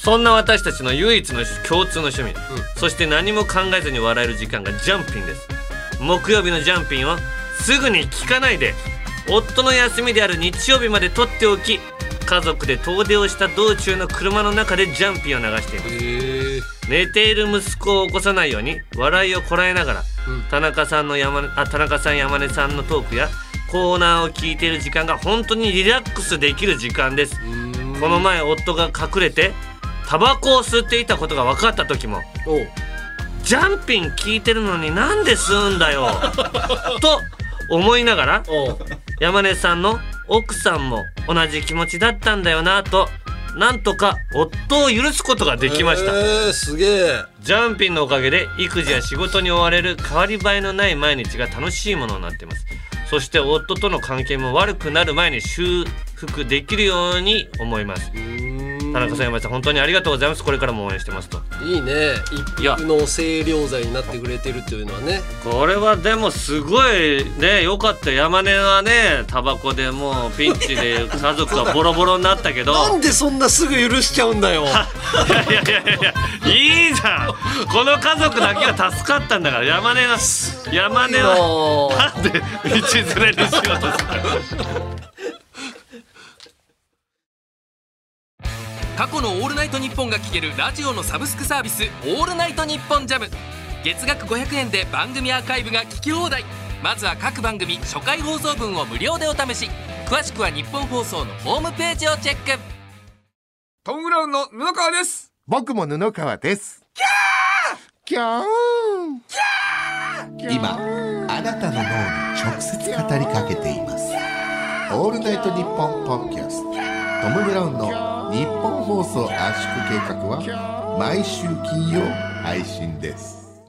Speaker 1: そんな私たちの唯一の共通の趣味、そして何も考えずに笑える時間がジャンピンです木曜日のジャンピンをすぐに聞かないで夫の休みである日曜日まで取っておき家族で遠出をした道中の車の中でジャンピンを流しています
Speaker 2: へえ
Speaker 1: 寝ている息子を起こさないように笑いをこらえながら、
Speaker 2: うん
Speaker 1: 田中さんの山根あ田中さん山根さんのトークやコーナーを聞いている時間が本当にリラックスできる時間です、この前夫が隠れてタバコを吸っていたことが分かった時も
Speaker 2: おう
Speaker 1: 「ジャンピン聞いてるのになんで吸うん
Speaker 2: <laughs>
Speaker 1: だよ」と思いながら
Speaker 2: おう
Speaker 1: 山根さんの奥さんも同じ気持ちだったんだよなとなんとか夫を許すことができました。
Speaker 2: へえすげえ
Speaker 1: ジャンピンのおかげで育児や仕事に追われる変わり映えのない毎日が楽しいものになってますそして夫との関係も悪くなる前に修復できるように思います
Speaker 2: うん
Speaker 1: 田中さん山下さん本当にありがとうございますこれからも応援してますと
Speaker 2: いいね
Speaker 1: いや
Speaker 2: 一服の清涼剤になってくれてるというのはね
Speaker 1: これはでもすごいねよかった山根はねタバコでもうピンチ <laughs> で家族がボロボロになったけど
Speaker 2: なんでそんなすぐ許しちゃうんだよ
Speaker 1: いやいやいやいやいいじゃんこの家族だけは助かったんだから山根は山根は
Speaker 2: は
Speaker 1: なんで道連れにしようとする
Speaker 3: 過去の「オールナイトニッポン」が聴けるラジオのサブスクサービス「オールナイトニッポンジャム月額500円で番組アーカイブが聞き放題まずは各番組初回放送分を無料でお試し詳しくは日本放送のホームページをチェック
Speaker 4: トム・ブラウンの布川です
Speaker 5: 僕も布川です。キャーキャー
Speaker 6: 今あなたの脳に直接語りかけていますオールナイトニッポンポッドキャストトム・ブラウンの日本放送圧縮計画は毎週金曜配信です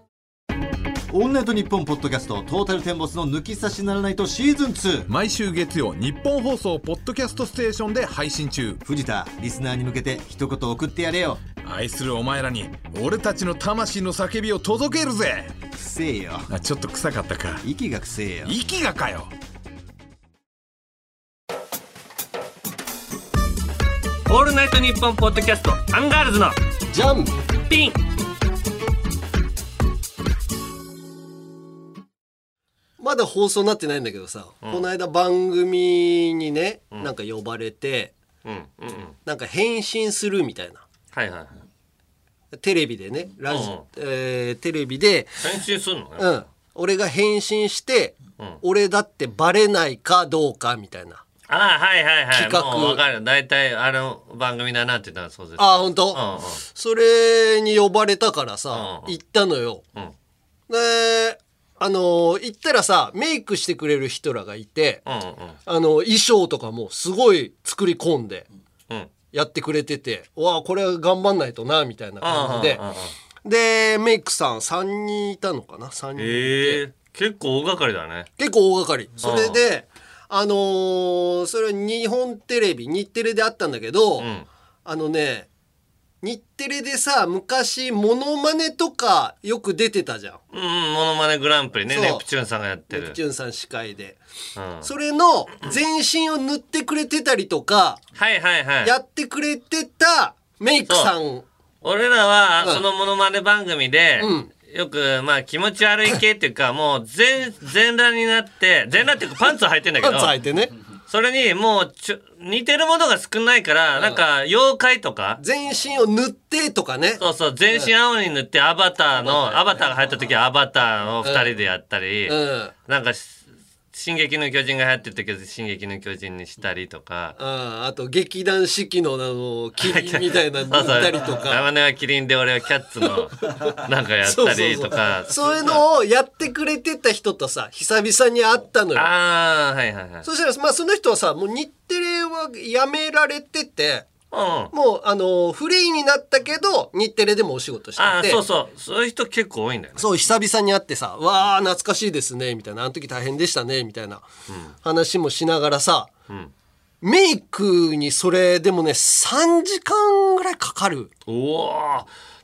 Speaker 7: オールナイトニッポンポッドキャストトータルテンボスの抜き差しならないとシーズン2
Speaker 8: 毎週月曜日本放送ポッドキャストステーションで配信中
Speaker 7: 藤田リスナーに向けて一言送ってやれよ
Speaker 8: 愛するお前らに俺たちの魂の叫びを届けるぜ
Speaker 7: くせえよ
Speaker 8: あちょっと臭かったか
Speaker 7: 息がくせえよ
Speaker 8: 息がかよ
Speaker 1: オールナイトニッポンポッドキャストアンガールズの
Speaker 2: じゃん
Speaker 1: ピン
Speaker 2: まだ放送になってないんだけどさ、この間番組にね、なんか呼ばれて
Speaker 1: うんうんうん
Speaker 2: なんか返信するみたいな
Speaker 1: はいはいはい
Speaker 2: テレビでねラジ、
Speaker 1: うん
Speaker 2: えーテレビで、
Speaker 1: 返信すんのね
Speaker 2: うん、俺が返信して、
Speaker 1: うん
Speaker 2: 俺だってバレないかどうかみたいな
Speaker 1: ああはいはいはい
Speaker 2: 企画
Speaker 1: もう分かる大体あの番組だなって言ったらそうです
Speaker 2: あ本当、
Speaker 1: うんうん
Speaker 2: それに呼ばれたからさ、
Speaker 1: うん
Speaker 2: 行ったのよ。
Speaker 1: うん
Speaker 2: であの行ったらさメイクしてくれる人らがいて、
Speaker 1: うん
Speaker 2: あの衣装とかもすごい作り込んで
Speaker 1: うんうん
Speaker 2: やってくれてて、うわあこれは頑張んないとなみたいな感じで
Speaker 1: うんうんうんうん、
Speaker 2: でメイクさん3人いたのかな3人いて。
Speaker 1: ええ結構大掛かりだね
Speaker 2: 結構大掛かりそれであのーそれは日本テレビ日テレであったんだけど、
Speaker 1: ん
Speaker 2: あのね日テレでさ昔モノマネとかよく出てたじゃん
Speaker 1: うんうんモノマネグランプリね
Speaker 2: そう
Speaker 1: ネプチューンさんがやって
Speaker 2: ネ
Speaker 1: る
Speaker 2: プチューンさん司会で、
Speaker 1: うん
Speaker 2: それの全身を塗ってくれてたりとか
Speaker 1: はいはいはい
Speaker 2: やってくれてたメイクさ <laughs> ん
Speaker 1: 俺らは
Speaker 2: うん
Speaker 1: そのモノマネ番組で、
Speaker 2: うん
Speaker 1: よくまあ気持ち悪い系っていうかもう全全裸になって全裸っていうかパンツ履いてんだけ
Speaker 2: パ
Speaker 1: ど
Speaker 2: ンツ履いてね
Speaker 1: それにもうちょ似てるものが少ないから、なんか妖怪とか
Speaker 2: 全身を塗ってとかね
Speaker 1: そうそう全身青に塗ってアバターのアバターが流行った時はアバターを2人でやったり、
Speaker 2: うん
Speaker 1: なんかし「進撃の巨人」が流行ってたけど「進撃の巨人」にしたりとか。
Speaker 2: あーあと劇団四季のあのキリンみたいなの
Speaker 1: そう
Speaker 2: 塗
Speaker 1: そ
Speaker 2: っ
Speaker 1: う
Speaker 2: たり
Speaker 1: <laughs>
Speaker 2: とか
Speaker 1: 山根はキリンで俺はキャッツ
Speaker 2: <laughs>
Speaker 1: のなんかやったりとか
Speaker 2: そういうのをやってくれてた人とさ久々に会ったのよ
Speaker 1: ああはいはいはい
Speaker 2: そしたら、まあ、その人はさもう日テレはやめられてて
Speaker 1: うん
Speaker 2: もうあのフリーになったけど日テレでもお仕事してて
Speaker 1: ああそうそうそういう人結構多いんだよね
Speaker 2: そう久々に会ってさ「わあ懐かしいですね」みたいな「あの時大変でしたね」みたいな話もしながらさ、
Speaker 1: ん
Speaker 2: メイクにそれでもね3時間ぐらいかかる
Speaker 1: おお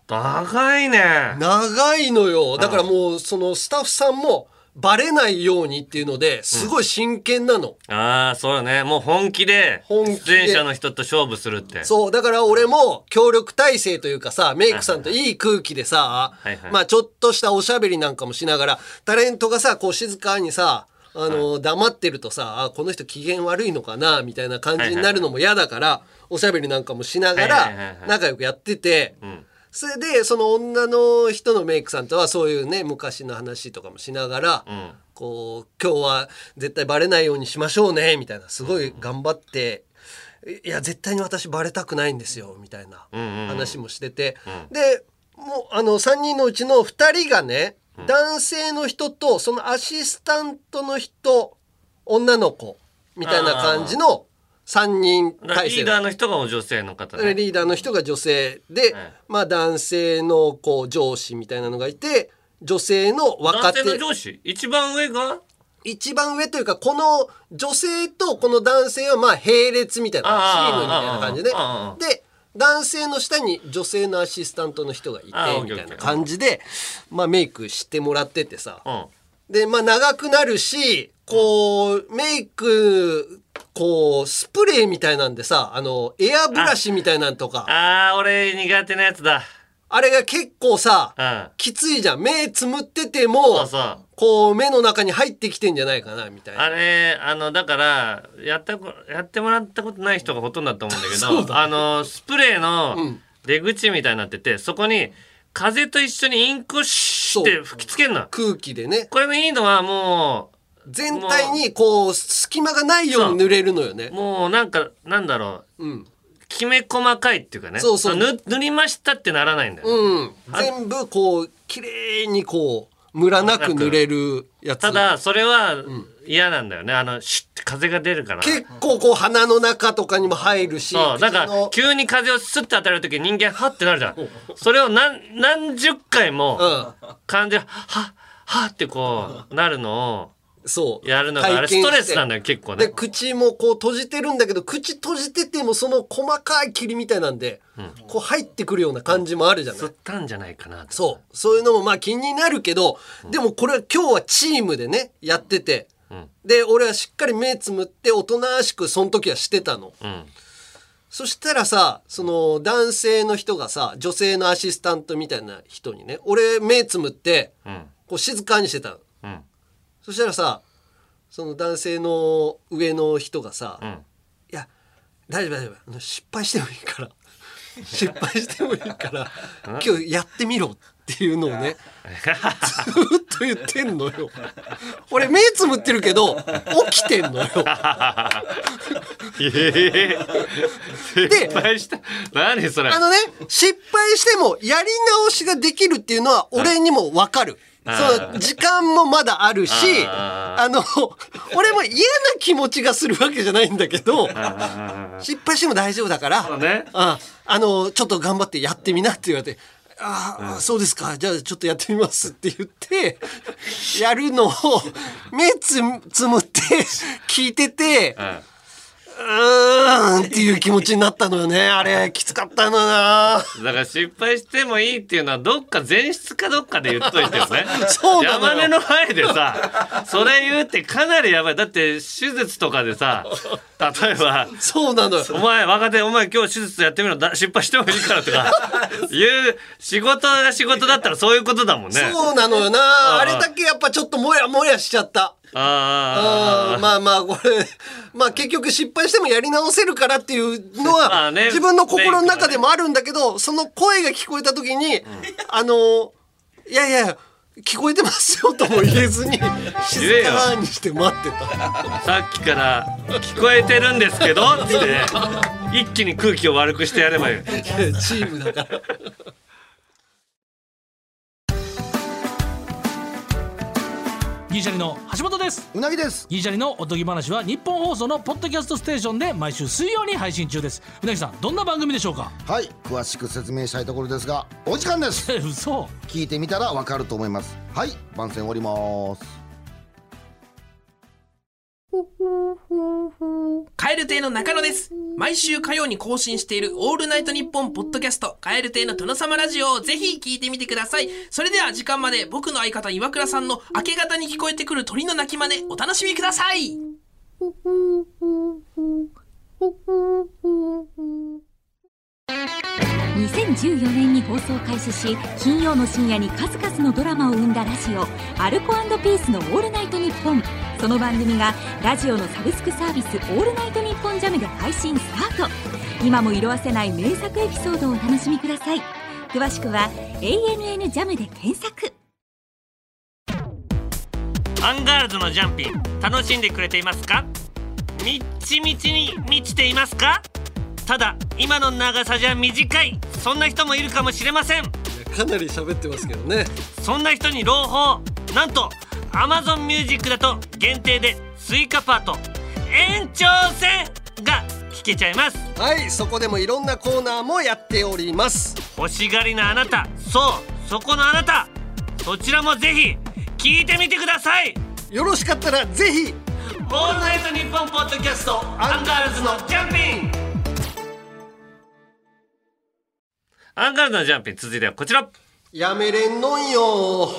Speaker 1: 高いね
Speaker 2: 長いのよだからもうそのスタッフさんもバレないようにっていうのですごい真剣なの、
Speaker 1: ああそうよねもう本気で
Speaker 2: 本気で
Speaker 1: 出演者の人と勝負するって
Speaker 2: そうだから俺も協力体制というかさメイクさんといい空気でさ、
Speaker 1: はいはい
Speaker 2: まあちょっとしたおしゃべりなんかもしながらタレントがさこう静かにさあの黙ってるとさあこの人機嫌悪いのかなみたいな感じになるのも嫌だからおしゃべりなんかもしなが
Speaker 1: はいはいはい
Speaker 2: ら
Speaker 1: はい
Speaker 2: 仲良くやってて。それでその女の人のメイクさんとはそういうね昔の話とかもしながら、
Speaker 1: ん
Speaker 2: こう今日は絶対バレないようにしましょうねみたいなすごい頑張って、いや絶対に私バレたくないんですよみたいな話もしてて、でもうあの3人のうちの2人がね、男性の人とそのアシスタントの人女の子みたいな感じの3人
Speaker 1: だから
Speaker 2: 体
Speaker 1: リ
Speaker 2: 制
Speaker 1: ー
Speaker 2: だ
Speaker 1: ダーの人がもう女性の方
Speaker 2: で
Speaker 1: ね
Speaker 2: リーダーの人が女性で、
Speaker 1: ええ
Speaker 2: まあ男性のこう上司みたいなのがいて女性の若
Speaker 1: 男
Speaker 2: 手
Speaker 1: 性の上司一番上が
Speaker 2: 一番上というかこの女性とこの男性はまあ並列みたいなチームみたいな感じで
Speaker 1: ああああああ
Speaker 2: で男性の下に女性のアシスタントの人がいて
Speaker 1: ああオッケー
Speaker 2: みたい
Speaker 1: オッケ
Speaker 2: な
Speaker 1: ー
Speaker 2: 感じでまあメイクしてもらっててさ
Speaker 1: うん
Speaker 2: でまあ長くなるしこうメイクこうスプレーみたいなんでさあのエアブラシみたいなんとか
Speaker 1: ああ俺苦手なやつだ
Speaker 2: あれが結構さ
Speaker 1: うん
Speaker 2: きついじゃん目つむってて
Speaker 1: そ
Speaker 2: も
Speaker 1: うそう
Speaker 2: こう目の中に入ってきてんじゃないかなみたいな
Speaker 1: あれあのだからやったこやってもらったことない人がほとんどだと思うんだけ
Speaker 2: そう
Speaker 1: ど
Speaker 2: だ
Speaker 1: あのスプレーの出口みたいになっててそこに風と一緒にインクをシュッて
Speaker 2: そう
Speaker 1: 吹きつけるの
Speaker 2: 空気でね
Speaker 1: これのいいのはも
Speaker 2: 全体にこう隙間がないように塗れるのよね
Speaker 1: う。もうなんかなんだろう
Speaker 2: うん、
Speaker 1: きめ細かいっていうかね
Speaker 2: そうそう
Speaker 1: ぬ塗りましたってならないんだよね、
Speaker 2: うん、全部こう綺麗にこうムラなく塗れるやつ。
Speaker 1: ただそれは嫌なんだよねあのシュッて風が出るから
Speaker 2: 結構こう鼻の中とかにも入るし、
Speaker 1: そうだか
Speaker 2: 口の
Speaker 1: ら急に風をスッて当たる時人間ハッてなるじゃんそれを何何十回も
Speaker 2: う
Speaker 1: 感じはっはっはってこう、なるの
Speaker 2: そう
Speaker 1: をやるのが、あれストレスなんだ
Speaker 2: よ
Speaker 1: よ、結構
Speaker 2: で
Speaker 1: ね。
Speaker 2: 口もこう閉じてるんだけど口閉じててもその細かい霧みたいなんで、こう入ってくるような感じもあるじゃない
Speaker 1: 吸ったんじゃないかなと。
Speaker 2: そう。そういうのもまあ気になるけど、でもこれは今日はチームでね、やってて。で、俺はしっかり目つむって、おとなしくその時はしてたの。
Speaker 1: ん
Speaker 2: そしたらさ、その男性の人がさ、女性のアシスタントみたいな人にね、俺目つむって、こう静かにしてたの。
Speaker 1: ん
Speaker 2: そしたらさ、その男性の上の人がさ、
Speaker 1: ん
Speaker 2: いや、大丈夫大丈夫あの。失敗してもいい
Speaker 1: <laughs>
Speaker 2: から。失敗してもいいから今日やってみろっていうのをねずーっと言ってんのよ俺目つむってるけど起きてんのよ
Speaker 1: ええ <laughs> 失敗した。何それ
Speaker 2: あ。のね失敗してもやり直しができるっていうのは俺にも分かるその時間もまだあるし
Speaker 1: あ
Speaker 2: あの <laughs> 俺も嫌な気持ちがするわけじゃないんだけど失敗しても大丈夫だから
Speaker 1: そうね
Speaker 2: ああのちょっと頑張ってやってみなって言われて「ああ、そうですかじゃあちょっとやってみます」って言ってやるのを目つつむって聞いてて。うーんっていう気持ちになったのよね。あれ、きつかったのよな。
Speaker 1: だから失敗してもいいっていうのはどっか前室かどっかで言っといてよね
Speaker 2: <laughs> そうなのよ
Speaker 1: 山根の前でさそれ言うってかなりやばいだって手術とかでさ例え
Speaker 2: <laughs>
Speaker 1: ば
Speaker 2: そうなのよ。
Speaker 1: お前若手お前今日手術やってみろだ失敗してもいいからと
Speaker 2: <laughs>
Speaker 1: か言う仕事が仕事だったらそういうことだもんね
Speaker 2: そうなのよな。あれだけやっぱちょっともやもやしちゃった。
Speaker 1: あ
Speaker 2: あーまあまあこれまあ結局失敗してもやり直せるからっていうの <laughs>
Speaker 1: ま
Speaker 2: は
Speaker 1: あね
Speaker 2: 自分の心の中でもあるんだけどその声が聞こえた時にあのいやいや聞こえてますよとも <laughs> 言えずに静かにして待ってた
Speaker 1: あさっきから聞こえてるんですけど
Speaker 2: <laughs>
Speaker 1: って一気に空気を悪くしてやればいい
Speaker 2: チームだから
Speaker 9: 銀シャリの橋本です
Speaker 5: うなぎです
Speaker 9: 銀シャリのおとぎ話は日本放送のポッドキャストステーションで毎週水曜に配信中ですうなぎさんどんな番組でしょうか
Speaker 5: はい詳しく説明したいところですがお時間です
Speaker 9: え嘘
Speaker 5: 聞いてみたらわかると思いますはい番宣終わります
Speaker 3: カエル亭の中野です。毎週火曜に更新しているオールナイトニッポンポッドキャスト、カエル亭の殿様ラジオをぜひ聞いてみてください。それでは時間まで僕の相方岩倉さんの明け方に聞こえてくる鳥の鳴き真似、お楽しみください。
Speaker 10: 2014年に放送開始し金曜の深夜に数々のドラマを生んだラジオ「アルコピースのオールナイトニッポン」その番組がラジオのサブスクサービス「オールナイトニッポンジャムで配信スタート今も色あせない名作エピソードをお楽しみください詳しくは「ANN ジャムで検索
Speaker 1: アンガールズのジャンピン楽しんでくれていますかみっちみちに満ちていますかただ今の長さじゃ短いそんな人もいるかもしれません
Speaker 2: かなり喋ってますけどね
Speaker 1: そんな人に朗報なんと Amazon Music だと限定でスイカパート延長戦が聞けちゃいます
Speaker 2: はいそこでもいろんなコーナーもやっております
Speaker 1: 欲しがりなあなたそうそこのあなたそちらもぜひ聞いてみてください
Speaker 2: よろしかったらぜひ
Speaker 1: オールナイトニッポンポッドキャストアンガールズのジャンピンアンガールズのジャンピン続いてはこちら
Speaker 2: やめれんのんよ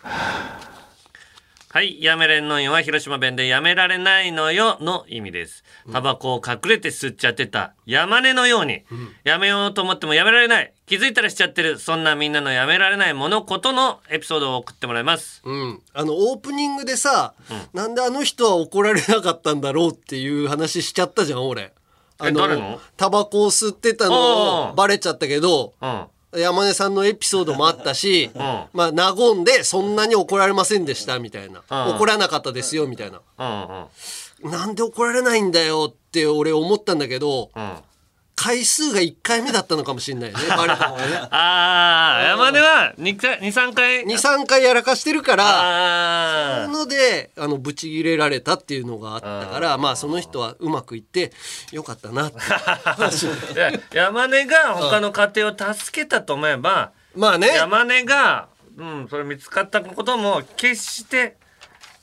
Speaker 1: はい。やめれんのんよは広島弁でやめられないのよの意味です。タバコを隠れて吸っちゃってた山根のように、やめようと思ってもやめられない。気づいたらしちゃってる。そんなみんなのやめられないものことのエピソードを送ってもらいます。
Speaker 2: うん、あのオープニングでさ、なんであの人は怒られなかったんだろうっていう話しちゃったじゃん俺あ
Speaker 1: 誰の
Speaker 2: タバコを吸ってたの
Speaker 1: あ
Speaker 2: を
Speaker 1: ー
Speaker 2: バレちゃったけど
Speaker 1: うん。
Speaker 2: 山根さんのエピソードもあっ
Speaker 1: <laughs>
Speaker 2: たし、
Speaker 1: ん
Speaker 2: まあ和んでそんなに怒られませんでしたみたいな、
Speaker 1: うん
Speaker 2: 怒らなかったですよみたいな、
Speaker 1: うんうん。
Speaker 2: なんで怒られないんだよって俺思ったんだけど、
Speaker 1: うん。
Speaker 2: 回数が1回目だったのかもしれないねバレたの
Speaker 1: <laughs>
Speaker 2: はね
Speaker 1: あー、山根は2、3回。
Speaker 2: 23回やらかしてるから
Speaker 1: あー。
Speaker 2: のであのブチギレられたっていうのがあったからまあその人はうまくいってよかったなって
Speaker 1: <laughs> い <laughs> や山根が他の家庭を助けたと思えば、
Speaker 2: まあね
Speaker 1: 山根がうん、それ見つかったことも決して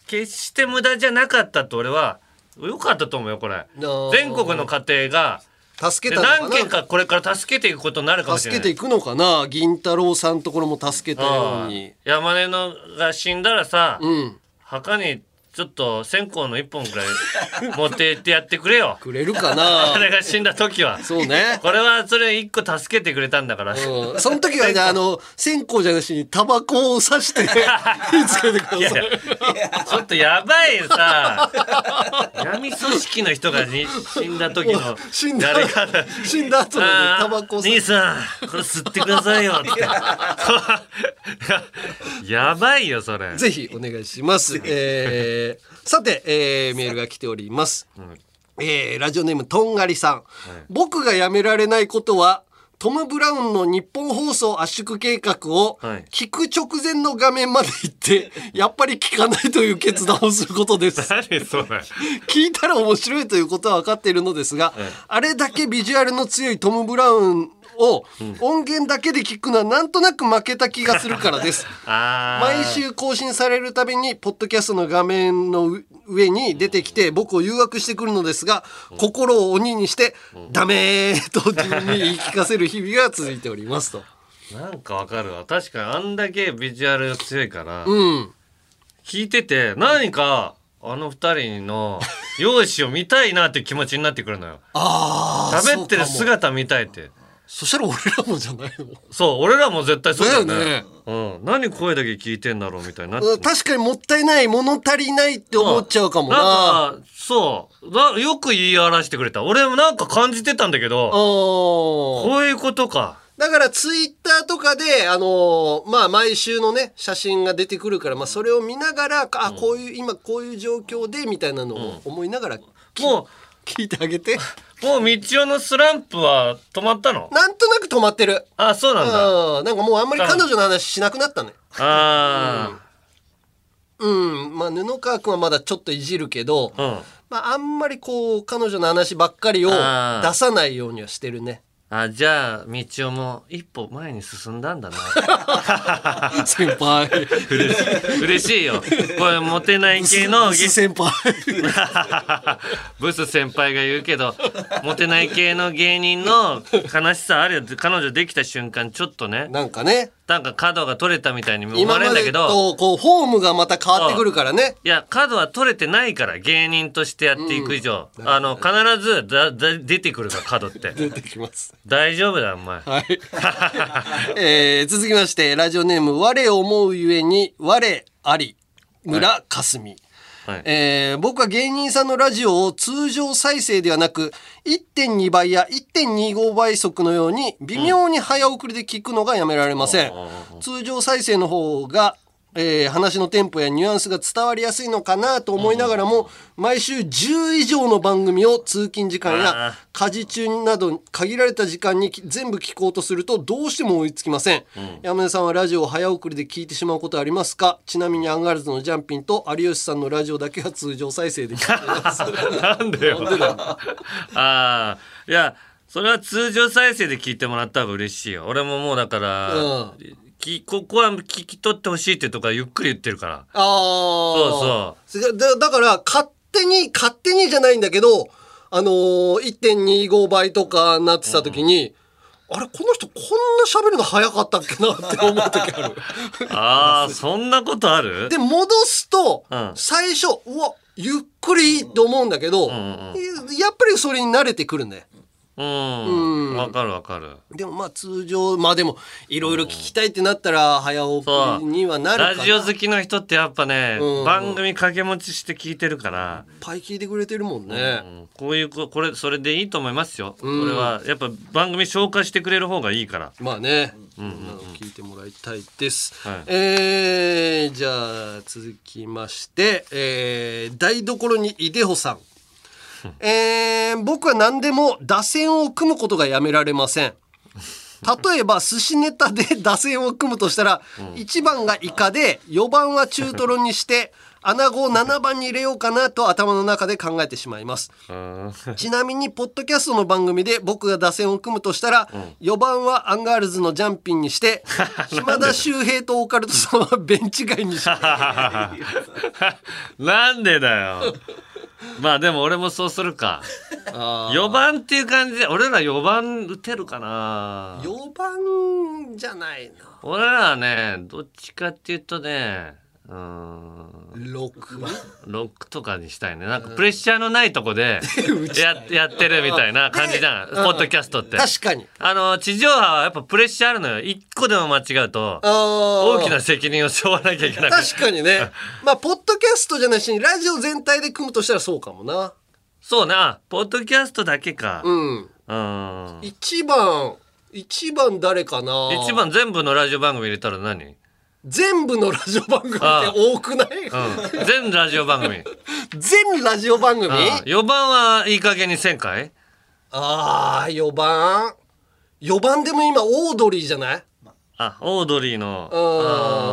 Speaker 1: 決して無駄じゃなかったって俺は良かったと思うよこれ
Speaker 2: ー
Speaker 1: 全国の家庭が
Speaker 2: 助けたのか
Speaker 1: で
Speaker 2: な
Speaker 1: 何件かこれから助けていくことになるかもし
Speaker 2: 助
Speaker 1: れ
Speaker 2: け
Speaker 1: な
Speaker 2: て
Speaker 1: い
Speaker 2: いくのかな銀太郎さんところも助けたように
Speaker 1: うん山根のが死んだらさ、
Speaker 2: うん
Speaker 1: 墓にちょっと線香の一本くらい <laughs> 持って行ってやってくれよ
Speaker 2: <laughs> くれるか
Speaker 1: <laughs>
Speaker 2: な
Speaker 1: 俺が死んだ時は
Speaker 2: そうね
Speaker 1: これはそれ一個助けてくれたんだから、
Speaker 2: うんその時はねあの線香じゃなしにタバコを刺して火つけてください
Speaker 1: ちょっとやばいさ闇組織の人がに死んだ時の
Speaker 2: <laughs> 死んだ
Speaker 1: 誰か
Speaker 2: 死んだ後のね
Speaker 1: あー
Speaker 2: タバコを刺
Speaker 1: 兄さんこれ吸ってくださいよってやばいよそれ
Speaker 2: ぜひお願いします。えーさて、えーメールが来ております。えーラジオネームとんがりさん、僕がやめられないことはトム・ブラウンの日本放送圧縮計画を
Speaker 1: はい
Speaker 2: 聞く直前の画面まで行
Speaker 1: <laughs>
Speaker 2: ってやっぱり聞かないという決断をすることです
Speaker 1: 誰それ
Speaker 2: 聞いたら面白いということは分かっているのですが、あれだけビジュアルの強いトム・ブラウンを音源だけで聞くのはなんとなく負けた気がするからです
Speaker 1: あー
Speaker 2: 毎週更新されるたびにポッドキャストの画面のう上に出てきて僕を誘惑してくるのですが心を鬼にして「ダメー」と自分に言い聞かせる日々が続いておりますと。
Speaker 1: なんかわかるわ確かにあんだけビジュアル強いから、
Speaker 2: うん、
Speaker 1: 聞いてて何かあの二人
Speaker 2: <laughs>
Speaker 1: の容姿を見たいなって気持ちになってくるのよ
Speaker 2: あー
Speaker 1: 喋ってる
Speaker 2: そうかも
Speaker 1: 姿見たいって
Speaker 2: そしたら俺らもじゃないの
Speaker 1: そう俺らも絶対そうだよね
Speaker 2: だよね
Speaker 1: うん、何声だけ聞いてんだろうみたいになって
Speaker 2: うん確かにもったいない物足りないって思っちゃうかもな。
Speaker 1: なんかそうなよく言い表してくれた俺もなんか感じてたんだけど
Speaker 2: おー
Speaker 1: こういうことか
Speaker 2: だからツイッターとかで、あのーまあ、毎週のね、写真が出てくるから、まあ、それを見ながら、あ、こういう、今こういう状況で、みたいなのを思いながら、
Speaker 1: も
Speaker 2: <laughs> 聞いてあげて。
Speaker 1: うもう道夫のスランプは止まったの
Speaker 2: なんとなく止まってる。
Speaker 1: あそうなんだ
Speaker 2: うん。なんかもうあんまり彼女の話しなくなったね。
Speaker 1: あ
Speaker 2: うん。まあ、布川くんはまだちょっといじるけど、
Speaker 1: あうん
Speaker 2: まあ、あんまりこう、彼女の話ばっかりを出
Speaker 1: あー
Speaker 2: さないようにはして
Speaker 1: <laughs>
Speaker 2: るね。
Speaker 1: あじゃあ道夫も一歩前に進んだんだな
Speaker 2: <laughs> 先輩。
Speaker 1: 嬉しいよこれモテない系の
Speaker 2: ブス先輩。
Speaker 1: <laughs> ブス先輩が言うけどモテない系の芸人の悲しさあるよ彼女できた瞬間ちょっとね
Speaker 2: なんかね、
Speaker 1: なんか角が取れたみたいに思
Speaker 2: 今
Speaker 1: われる
Speaker 2: ま
Speaker 1: んだ
Speaker 2: で
Speaker 1: けど
Speaker 2: と、こう、フォームがまた変わってくるからね。
Speaker 1: いや角は取れてないから芸人としてやっていく以上、あの必ずだだ出てくるから角って
Speaker 2: 出てきます。
Speaker 1: 大丈夫だお前
Speaker 2: はい。 <laughs> えー続きまして、ラジオネーム、我思うゆえに、我あり、村かすみ。
Speaker 1: はい
Speaker 2: えー僕は芸人さんのラジオを通常再生ではなく1.2倍や1.25倍速のように微妙に早送りで聞くのがやめられません、通常再生の方が、えー話のテンポやニュアンスが伝わりやすいのかなと思いながらも、毎週10以上の番組を通勤時間
Speaker 1: あ
Speaker 2: や
Speaker 1: ー
Speaker 2: 家事中など限られた時間にき全部聞こうとするとどうしても追いつきません、山根さんはラジオを早送りで聞いてしまうことはありますかちなみにアンガールズのジャンピンと有吉さんのラジオだけは通常再生で <laughs> 聞いてます
Speaker 1: なんでよああーいやそれは通常再生で聞いてもらった方が嬉しいよ俺ももうだから、
Speaker 2: うん
Speaker 1: きここは聞き取ってほしいってとかゆっくり言ってるから
Speaker 2: ああ
Speaker 1: そう
Speaker 2: そうそうだだから勝手に勝手にじゃないんだけどあのー、1.25倍とかなってた時に、あれこの人こんな喋るの早かったっけなって思う時ある
Speaker 1: ああそんなことある
Speaker 2: で戻すと、
Speaker 1: うん
Speaker 2: 最初うわゆっくりと思うんだけど、
Speaker 1: ん
Speaker 2: やっぱりそれに慣れてくるね
Speaker 1: うん
Speaker 2: うん
Speaker 1: わかるわかる
Speaker 2: でもまあ通常まあでもいろいろ聞きたいってなったら早送りにはなるから
Speaker 1: ラジオ好きの人ってやっぱね、
Speaker 2: うん
Speaker 1: 番組掛け持ちして聞いてるから、
Speaker 2: いっぱい聞いてくれてるもんね
Speaker 1: う、んこういうここれそれでいいと思いますよ、
Speaker 2: うん
Speaker 1: これはやっぱ番組紹介してくれる方がいいから
Speaker 2: まあね、
Speaker 1: んうんうん
Speaker 2: そんなの聞いてもらいたいです、
Speaker 1: はい
Speaker 2: えーじゃあ続きまして、えー台所にいでほさんえー僕は何でも打線を組むことがやめられません例えば寿司ネタで打線を組むとしたら1番がイカで4番は中トロにして穴子を7番に入れようかなと頭の中で考えてしまいます
Speaker 1: うん
Speaker 2: ちなみにポッドキャストの番組で僕が打線を組むとしたら、4番はアンガールズのジャンピンにして
Speaker 1: <laughs>
Speaker 2: 島田秀平とオカルトさんはベンチ外にして
Speaker 1: <laughs> なんでだよ。まあでも俺もそうするか。4番っていう感じで、俺ら4番打てるかな。
Speaker 2: 4番じゃないな
Speaker 1: 俺らはね、どっちかっていうとね、うーん、
Speaker 2: 6番
Speaker 1: ロックとかにしたいね。なんかプレッシャーのないとこ
Speaker 2: <laughs>
Speaker 1: でややってるみたいな感じじゃん。
Speaker 2: で
Speaker 1: ポッドキャストって。
Speaker 2: 確かに
Speaker 1: あの、地上波はやっぱプレッシャーあるのよ。一個でも間違うと、
Speaker 2: 大
Speaker 1: 大きな責任を背負わなきゃいけない。
Speaker 2: 確か
Speaker 1: <laughs>
Speaker 2: にねまあポッドキャストじゃないしラジオ全体で組むとしたらそうかもな
Speaker 1: そうな、ポッドキャストだけか。
Speaker 2: う
Speaker 1: う
Speaker 2: ん
Speaker 1: ん。
Speaker 2: 1番1番誰かな
Speaker 1: 一番全部のラジオ番組入れたら何
Speaker 2: 全部のラジオ番組って多くない <laughs>
Speaker 1: うん、全ラジオ番組。
Speaker 2: 全ラジオ番組
Speaker 1: 4番はいい加減に1000回
Speaker 2: あー4番4番でも今オードリーじゃない
Speaker 1: あ、オードリーの。
Speaker 2: あー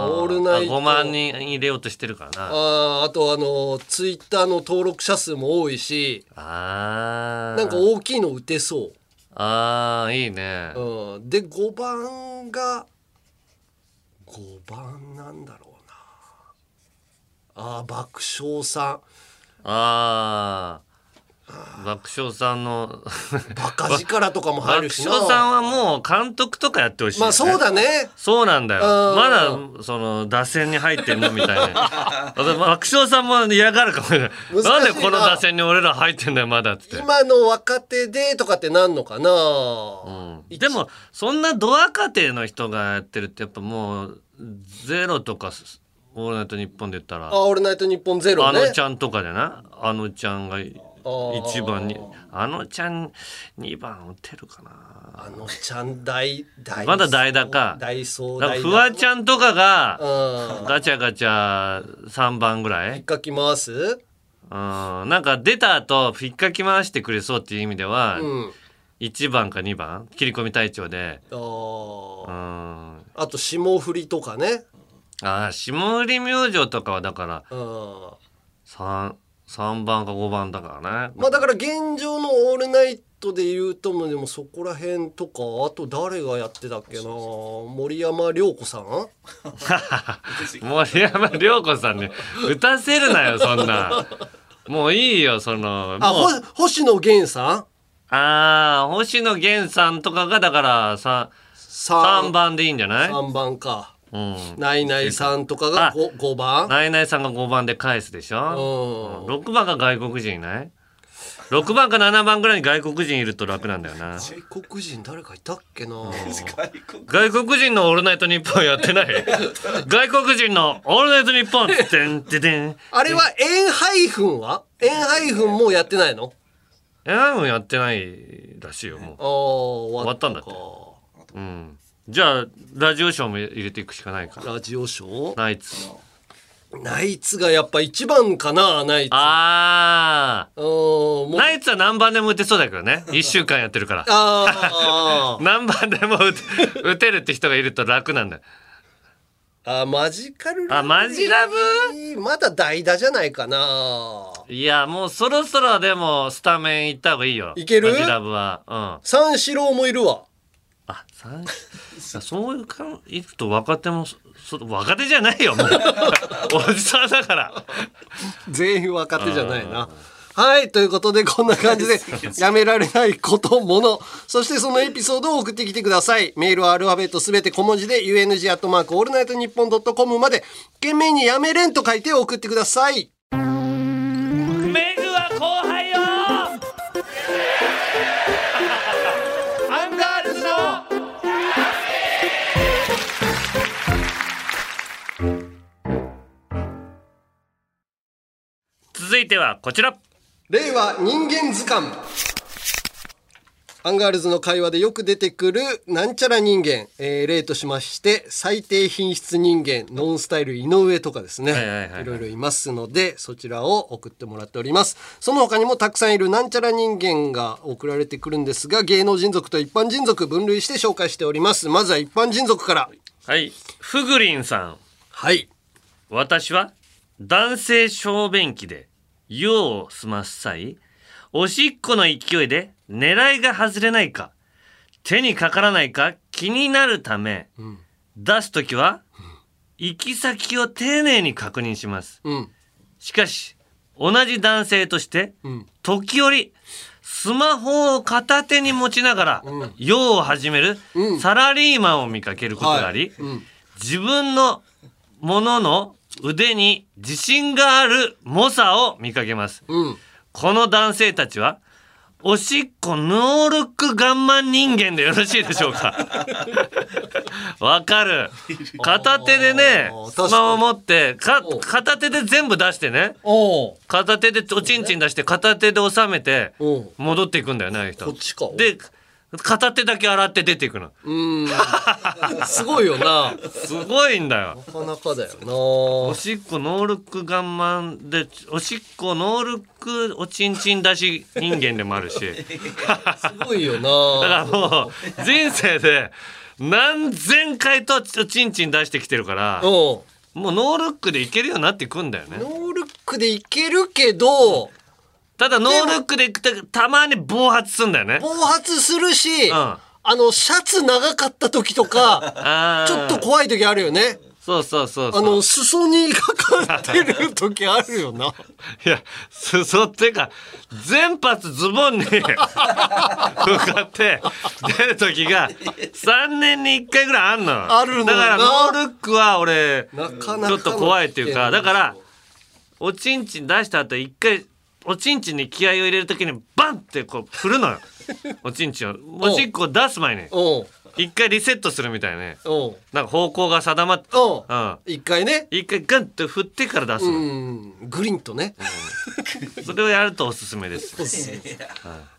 Speaker 2: オールナイト
Speaker 1: 5万人入れようとしてるからな。
Speaker 2: あーあとあのツイッターの登録者数も多いし
Speaker 1: あー。
Speaker 2: なんか大きいの打てそ
Speaker 1: あー、いいね。
Speaker 2: う、うん、で5番が5番なんだろうなあー爆笑さ
Speaker 1: あー。爆笑さんの。
Speaker 2: んバカ力とかも入
Speaker 1: 爆
Speaker 2: るしな
Speaker 1: 笑さんはもう監督とかやってほしい、
Speaker 2: まあそうだ。ね
Speaker 1: そうなんだよ
Speaker 2: うん。
Speaker 1: まだ、その、打線に入ってんのみたい
Speaker 2: <laughs>
Speaker 1: な。私爆笑さんも嫌がるかもしれない。
Speaker 2: 難しいな
Speaker 1: なんでこの打線に俺ら入ってんだよ、まだっつって。
Speaker 2: 今の若手でとかってなんのかな、
Speaker 1: うんでもそんなド若手の人がやってるってやっぱもうゼロとかす「オールナイトニッポン」で言ったら
Speaker 2: あ「オールナイトニッポンゼロ
Speaker 1: あ
Speaker 2: ね
Speaker 1: のちゃんとかじゃないあのちゃんがい
Speaker 2: ー
Speaker 1: 一番にあのちゃん2番打てるかな
Speaker 2: あのちゃん大大
Speaker 1: まだ代打か
Speaker 2: 大層
Speaker 1: だから
Speaker 2: 大
Speaker 1: フワちゃんとかが
Speaker 2: ゃうん
Speaker 1: ガチャガチャ3番ぐらい
Speaker 2: 引っかき回す
Speaker 1: うんなんか出た後ひっかき回してくれそうっていう意味では
Speaker 2: うん
Speaker 1: 1番か2番切り込み隊長で
Speaker 2: あー
Speaker 1: うん
Speaker 2: あと霜降りとかね
Speaker 1: ああ霜降り明星とかはだから
Speaker 2: うん
Speaker 1: 三三番か五番だからね。
Speaker 2: まあだから現状の「オールナイト」で言うともうでもそこら辺とかあと誰がやってたっけな森山良子さん
Speaker 1: 森山良子さんに打たせるなよそん
Speaker 2: <laughs>
Speaker 1: な。もういいよその。
Speaker 2: あ
Speaker 1: もう
Speaker 2: ほ星野源さん
Speaker 1: あー星野源さんとかがだからさ三
Speaker 2: 三
Speaker 1: 番でいいんじゃない？
Speaker 2: 三番か
Speaker 1: うん。
Speaker 2: ナイナイさんとかが
Speaker 1: あ
Speaker 2: 5, 五番
Speaker 1: ナイナイさんが五番で返すでしょ。
Speaker 2: う
Speaker 1: 六番が外国人いない？六番か七番ぐらいに外国人いると楽なんだよな。
Speaker 2: ん外国人誰かいたっけ
Speaker 1: <laughs>
Speaker 2: な
Speaker 1: 外国人のオールナイトニッポンやってない
Speaker 2: <laughs>
Speaker 1: 外国人のオールナイトニッポンてんてんてん。
Speaker 2: あれは円ハイフンは円ハイフンもうやってないの
Speaker 1: エアイムやってないらしいよも
Speaker 2: ああ終
Speaker 1: わったんだってう、うん、じゃあラジオショーも入れていくしかないから
Speaker 2: ラジオショー
Speaker 1: ナイツ
Speaker 2: ナイツがやっぱ一番かなナイツ
Speaker 1: あ
Speaker 2: うんも
Speaker 1: ー
Speaker 2: う
Speaker 1: ナイツは何番でも打てそうだけど
Speaker 2: <laughs>
Speaker 1: ね1週間やってるから
Speaker 2: あー <laughs>
Speaker 1: 何番でも打て打てるって人がいると楽なんだよ
Speaker 2: あーマジカル
Speaker 1: あマジラ
Speaker 2: ブまだ代打じゃないかない
Speaker 1: やもうそろそろでもスタメン行った方がいいよ
Speaker 2: いける
Speaker 1: マジラブはうん
Speaker 2: 三四郎もいるわ
Speaker 1: あ、三そういうかん、いくと若手も、そそ若手じゃないよ、もう。 <laughs> おじさんだから。
Speaker 2: 全員若手じゃないな。はい。ということで、こんな感じで、やめられないこと、もの、そしてそのエピソードを送ってきてください。メールはアルファベットすべて小文字で、UNG アットマークオールナイトニッポンドットコムまで、懸命にやめれんと書いて送ってください。
Speaker 1: メグは後輩よアンガールズの続いてはこちら
Speaker 2: 令和人間図鑑。アンガールズの会話でよく出てくるなんちゃら人間、えー例としまして最低品質人間ノンスタイル井上とかですね、
Speaker 1: はい
Speaker 2: い
Speaker 1: はいはいはい
Speaker 2: ろいろいますのでそちらを送ってもらっておりますその他にもたくさんいるなんちゃら人間が送られてくるんですが芸能人族と一般人族分類して紹介しておりますまずは一般人族から
Speaker 1: はいふぐりんさん
Speaker 2: はい
Speaker 1: 私は男性小便器で用を済ます際おしっこの勢いで狙いが外れないか手にかからないか気になるため、出す時は行き先を丁寧に確認します、しかし同じ男性として、時折スマホを片手に持ちながら、用を始めるサラリーマンを見かけることがあり、自分のものの腕に自信がある猛者を見かけます、この男性たちはおしっこノールック我慢人間でよろしいでしょうかわかる片手でねスマホ持ってか片手で全部出してね片手でおちんちん出して片手で収めて戻っていくんだよねああいう人で片手だけ洗って出ていくの <laughs>
Speaker 2: うん。すごいよな。
Speaker 1: すごいんだよ
Speaker 2: なかなかだよな。
Speaker 1: おしっこノールック我慢でおしっこノールックおちんちん出し人間でもある
Speaker 2: <laughs>
Speaker 1: しす
Speaker 2: ごいよ
Speaker 1: だから
Speaker 2: な。
Speaker 1: もう人生で何千回とおちんちん出してきてるから
Speaker 2: も
Speaker 1: うノールックでいけるようになっていくんだよね
Speaker 2: ノールックでいけるけど、
Speaker 1: ただノールックでいくとたまに暴発すんだよね
Speaker 2: 暴発するし、
Speaker 1: うん
Speaker 2: あの、シャツ長かった時
Speaker 1: <laughs>
Speaker 2: とか、
Speaker 1: あ
Speaker 2: ちょっと怖い時あるよね。
Speaker 1: そうそうそうそ
Speaker 2: あ
Speaker 1: う
Speaker 2: の、裾にかかってる時あるよな。
Speaker 1: いや、 <laughs> 裾ってか、全発ズボンに <laughs> 向かって出る時が3年に1回ぐらいあんのよ。
Speaker 2: あるのよな
Speaker 1: だからノールックは俺、
Speaker 2: なか
Speaker 1: <laughs>
Speaker 2: なか、
Speaker 1: ちょっと怖いっていうか、だからら、おちんちん出した後一回、おちんちんに気合を入れる時にバンってこう振るのよ。おちん
Speaker 2: <laughs>
Speaker 1: ちんを。おしっこを出す前に。
Speaker 2: おう
Speaker 1: 一回リセットするみたいね。
Speaker 2: おう
Speaker 1: なんか方向が定まって、
Speaker 2: おう
Speaker 1: うん。
Speaker 2: 一回ね。
Speaker 1: 一回ガンって振ってから出す
Speaker 2: う
Speaker 1: の。
Speaker 2: ん、グリンとね。
Speaker 1: それをやるとおすすめです。
Speaker 2: <laughs>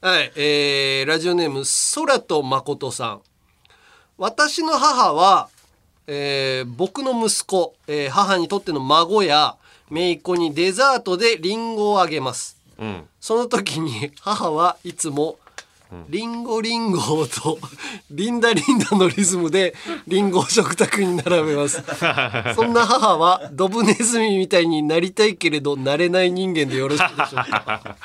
Speaker 2: はい、えー、ラジオネーム空と誠さん。私の母は、えー僕の息子、えー母にとっての孫や姪っ子にデザートでリンゴをあげます。
Speaker 1: うん。
Speaker 2: その時に母はいつもリンゴリンゴとリンダリンダのリズムでリンゴを食卓に並べます。そんな母はドブネズミみたいになりたいけれどなれない人間でよろしいでしょうか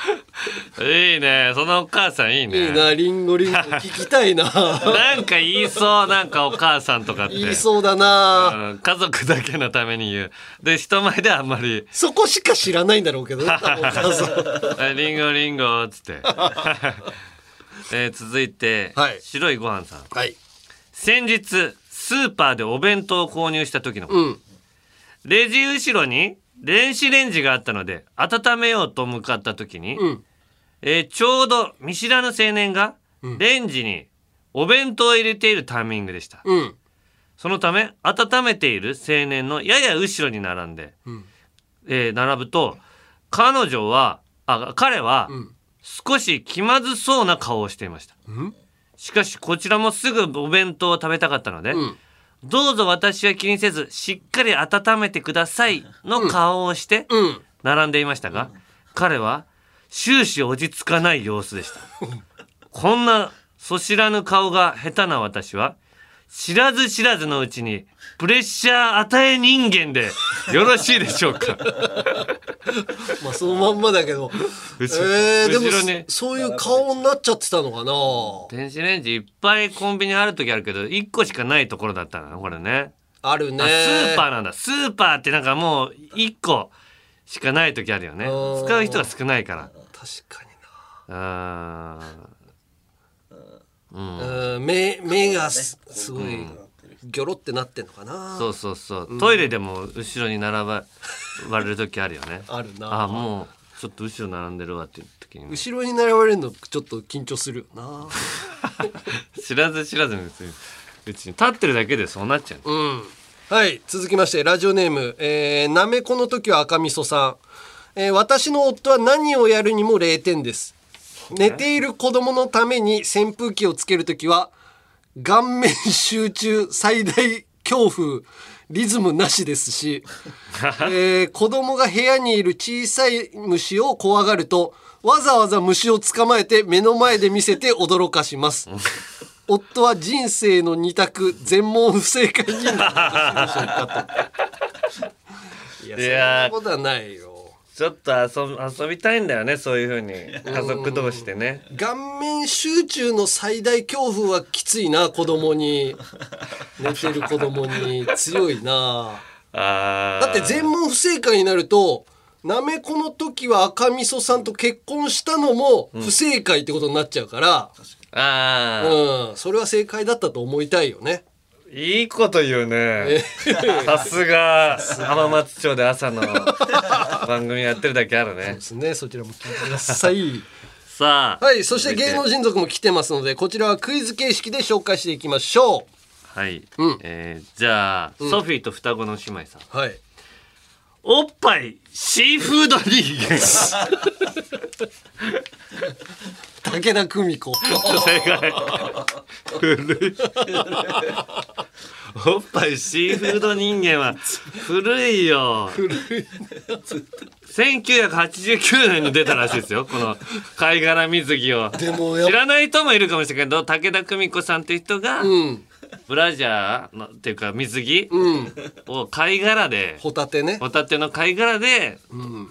Speaker 1: いいね。そのお母さんいいね。
Speaker 2: いいな、リンゴ
Speaker 1: <laughs>
Speaker 2: リンゴ聞きたいな。
Speaker 1: なんか言いそう、なんかお母さんとかって。
Speaker 2: 言いそうだな。
Speaker 1: うん家族だけのために言う。で、人前ではあんま
Speaker 2: <laughs>
Speaker 1: り、
Speaker 2: そこしか知らないんだろう
Speaker 1: <laughs>
Speaker 2: けどね、多分お母さん
Speaker 1: あリンゴリンゴっつって。 <laughs> えー続いて、
Speaker 2: はい
Speaker 1: 白いご飯さん。
Speaker 2: はい。
Speaker 1: 先日、スーパーでお弁当を購入した時のこと、
Speaker 2: うん。
Speaker 1: レジ後ろに電子レンジがあったので、温めようと向かった時に、
Speaker 2: うん。
Speaker 1: えーちょうど見知らぬ青年が、レンジにお弁当を入れているタイミングでした。
Speaker 2: うん。
Speaker 1: そのため温めている青年のやや後ろに並んで、えー並ぶと彼女はあ彼は少し気まずそうな顔をしていました、しかしこちらもすぐお弁当を食べたかったので、
Speaker 2: ん
Speaker 1: どうぞ私は気にせずしっかり温めてくださいの顔をして
Speaker 2: うん。
Speaker 1: 並んでいましたが、彼は終始落ち着かない様子でしたこんなそ知らぬ顔が下手な私は知らず知らずのうちにプレッシャー与え人間でよろしいでしょうか
Speaker 2: まあ、そのまんまだけど。え
Speaker 1: 後ろ
Speaker 2: ー、でも
Speaker 1: 後ろに、
Speaker 2: そういう顔になっちゃってたのかな。
Speaker 1: 電子レンジいっぱいコンビニある時あるけど1個しかないところだったなこれね
Speaker 2: あるね。
Speaker 1: あスーパーなんだスーパーってなんかもう1個しかない時あるよね
Speaker 2: ー
Speaker 1: 使う人が少ないから
Speaker 2: 確かに
Speaker 1: あ
Speaker 2: な。うん、目、目がすすごい、ギョロってなってんのかな。
Speaker 1: そうそうそう、トイレでも後ろに並ば割れる時あるよね
Speaker 2: <laughs> あるな
Speaker 1: あもうちょっと後ろ並んでるわっていう時に
Speaker 2: 後ろに並ばれるの、ちょっと緊張するよ
Speaker 1: 知らず知らずのうちにうちに立ってるだけでそうなっちゃう、
Speaker 2: な。うん。はい、続きまして、ラジオネーム、えー、なめこの時は赤みそさん。えー、私の夫は何をやるにも0点です。寝ている子供のために扇風機をつけるときは、顔面集中最大強風、リズムなしですし、えー子供が部屋にいる小さい虫を怖がると、わざわざ虫を捕まえて目の前で見せて驚かします。夫は人生の二択、全問不正解になるでしょうかと。
Speaker 1: い
Speaker 2: や
Speaker 1: や
Speaker 2: そんなことはないよ
Speaker 1: ちょっと遊遊びたいんだよねそういうふうに家族同士でね
Speaker 2: 顔面集中の最大恐怖はきついな子供に寝てる子供に強いな
Speaker 1: あ
Speaker 2: だって全問不正解になるとなめこの時は赤味噌さんと結婚したのも不正解ってことになっちゃうから、
Speaker 1: あ
Speaker 2: うんそれは正解だったと思いたいよね
Speaker 1: いいこと言うねさすが浜松町で朝の番組やってるだけあるね
Speaker 2: <laughs> ですねそちらも聞いてください
Speaker 1: さあ
Speaker 2: はいそして
Speaker 1: 続い
Speaker 2: 芸能人族も来てますのでこちらはクイズ形式で紹介していきましょ
Speaker 1: はい、えーじゃあ、ソフィーと双子の姉妹さん
Speaker 2: うはい
Speaker 1: おっぱいシーフード人間正
Speaker 2: 武田久美子
Speaker 1: 解古いおっぱいシーフード人間は古いよ古い1989年に出たらしいですよこの貝殻水着を
Speaker 2: でもやっ
Speaker 1: 知らない人もいるかもしれないけど武田久美子さんっていう人が、
Speaker 2: うん
Speaker 1: ブラジャーのっていうか水着
Speaker 2: うん
Speaker 1: を貝殻で
Speaker 2: ホタテね
Speaker 1: ホタテの貝殻で
Speaker 2: うん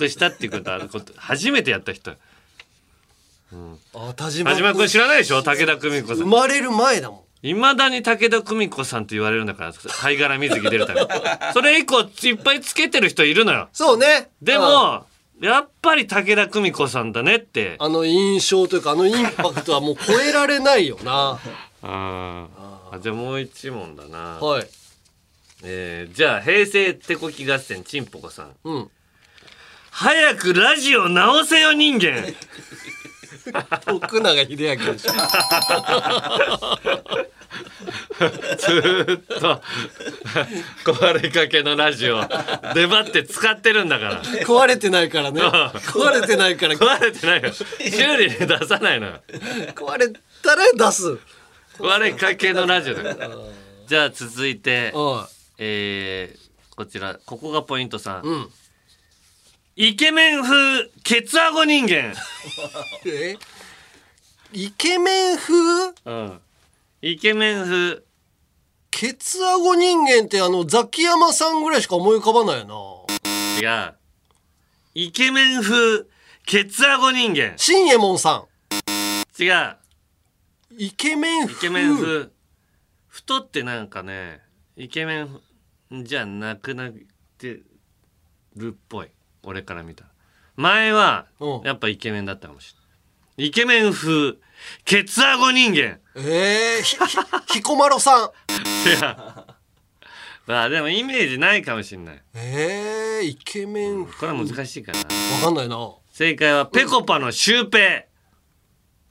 Speaker 1: 隠したっていうことあること初めてやった人
Speaker 2: あ田島
Speaker 1: 田島君知らないでしょ武田久美子さ
Speaker 2: 生
Speaker 1: ん
Speaker 2: まれる前だもん
Speaker 1: いまだに武田久美子さんって言われるんだから貝殻水着出るためにそれ以降いっぱいつけてる人いるのよ
Speaker 2: そうね
Speaker 1: で
Speaker 2: うん
Speaker 1: もやっぱり武田久美子さんだねって
Speaker 2: あの印象というかあのインパクトはもう超えられないよな
Speaker 1: あーあじゃあもう一問だな、
Speaker 2: はい
Speaker 1: えーじゃあ平成手こき合戦ちんぽこさん
Speaker 2: うん
Speaker 1: 早くラジオ直せよ人間
Speaker 2: 徳永英明でしょ
Speaker 1: ずーっと壊れかけのラジオ出張って使ってるんだから
Speaker 2: 壊れてないからね壊れてないから
Speaker 1: 壊れてないよ修理で出さないのよ
Speaker 2: 壊れたら出す
Speaker 1: 壊れかけのラジオだからじゃあ続いて
Speaker 2: は
Speaker 1: えー、こちらここがポイントさん、
Speaker 2: いうん
Speaker 1: イケメン風ケツアゴ人間、
Speaker 2: えイケメン風
Speaker 1: うん、イケメン風
Speaker 2: ケツアゴ人間ってあのザキヤマさんぐらいしか思い浮かばないよな
Speaker 1: 違うイケメン風ケツアゴ人間
Speaker 2: 新右衛門さ
Speaker 1: 違うん
Speaker 2: イケメン風
Speaker 1: イケメン風太ってなんかねイケメンじゃなくなってるっぽい俺から見たら前は
Speaker 2: うん
Speaker 1: やっぱイケメンだったかもしれないイケメン風ケツアゴ人間
Speaker 2: えー、ひ <laughs> ひ彦摩呂さん
Speaker 1: い
Speaker 2: <laughs>
Speaker 1: やまあでもイメージないかもしれない
Speaker 2: えー、イケメン
Speaker 1: こ
Speaker 2: 風
Speaker 1: れは
Speaker 2: わ
Speaker 1: 難しいかな
Speaker 2: かんないな
Speaker 1: 正解はぺこぱのシュウペ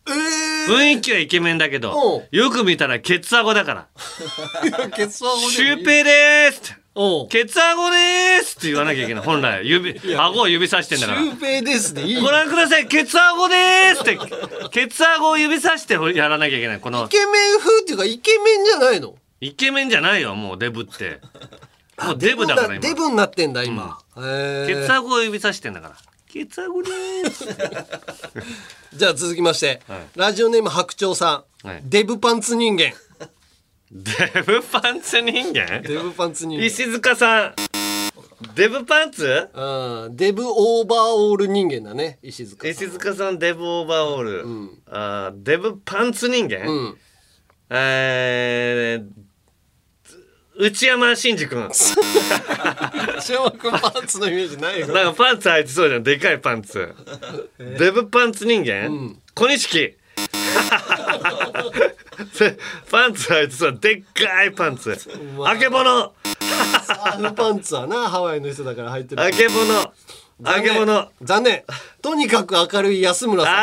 Speaker 2: えー
Speaker 1: イ雰囲気はイケメンだけどよく見たらケツアゴだから
Speaker 2: ケツアゴ
Speaker 1: 「
Speaker 2: でもいい
Speaker 1: シュウペイでーす」って
Speaker 2: おう
Speaker 1: ケツアゴでーすって言わなきゃいけない。本来、指、顎を指さしてんだから。
Speaker 2: シュウペイですでいい
Speaker 1: ご覧ください、ケツアゴでーすって、ケツアゴを指さしてやらなきゃいけない。この
Speaker 2: イ、ケメン風っていうかイケメンじゃないの
Speaker 1: イケメンじゃないよ、もうデブって。もうデブだから
Speaker 2: デ
Speaker 1: 今。
Speaker 2: ブになってんだ今、へ
Speaker 1: ケ
Speaker 2: ー
Speaker 1: ツアゴを指さしてんだから。ケツアゴでーす。
Speaker 2: じゃあ続きまして、
Speaker 1: はい
Speaker 2: ラジオネーム白鳥さん、
Speaker 1: はい
Speaker 2: デブパンツ人間
Speaker 1: デブパンツ人間
Speaker 2: デブパンツ人間
Speaker 1: 石塚さん。デブパンツ
Speaker 2: うん、デブオーバーオール人間だね石塚さん
Speaker 1: 石塚さんデブオーバーオール、
Speaker 2: ん
Speaker 1: あーデブパンツ人間、
Speaker 2: うん
Speaker 1: えー、内山真司君
Speaker 2: 内山君パンツのイメージないよ <laughs>
Speaker 1: なんかパンツ履いてそうじゃんでかいパンツデブパンツ人間、小
Speaker 2: <laughs>
Speaker 1: 錦パンツ履いてそうでっかいパンツあけぼの
Speaker 2: ハーフパンツはなハワイの人だから入ってる
Speaker 1: あけぼのあ
Speaker 2: 残
Speaker 1: け
Speaker 2: 念
Speaker 1: ぼの
Speaker 2: 残念とにかく明るい安村さん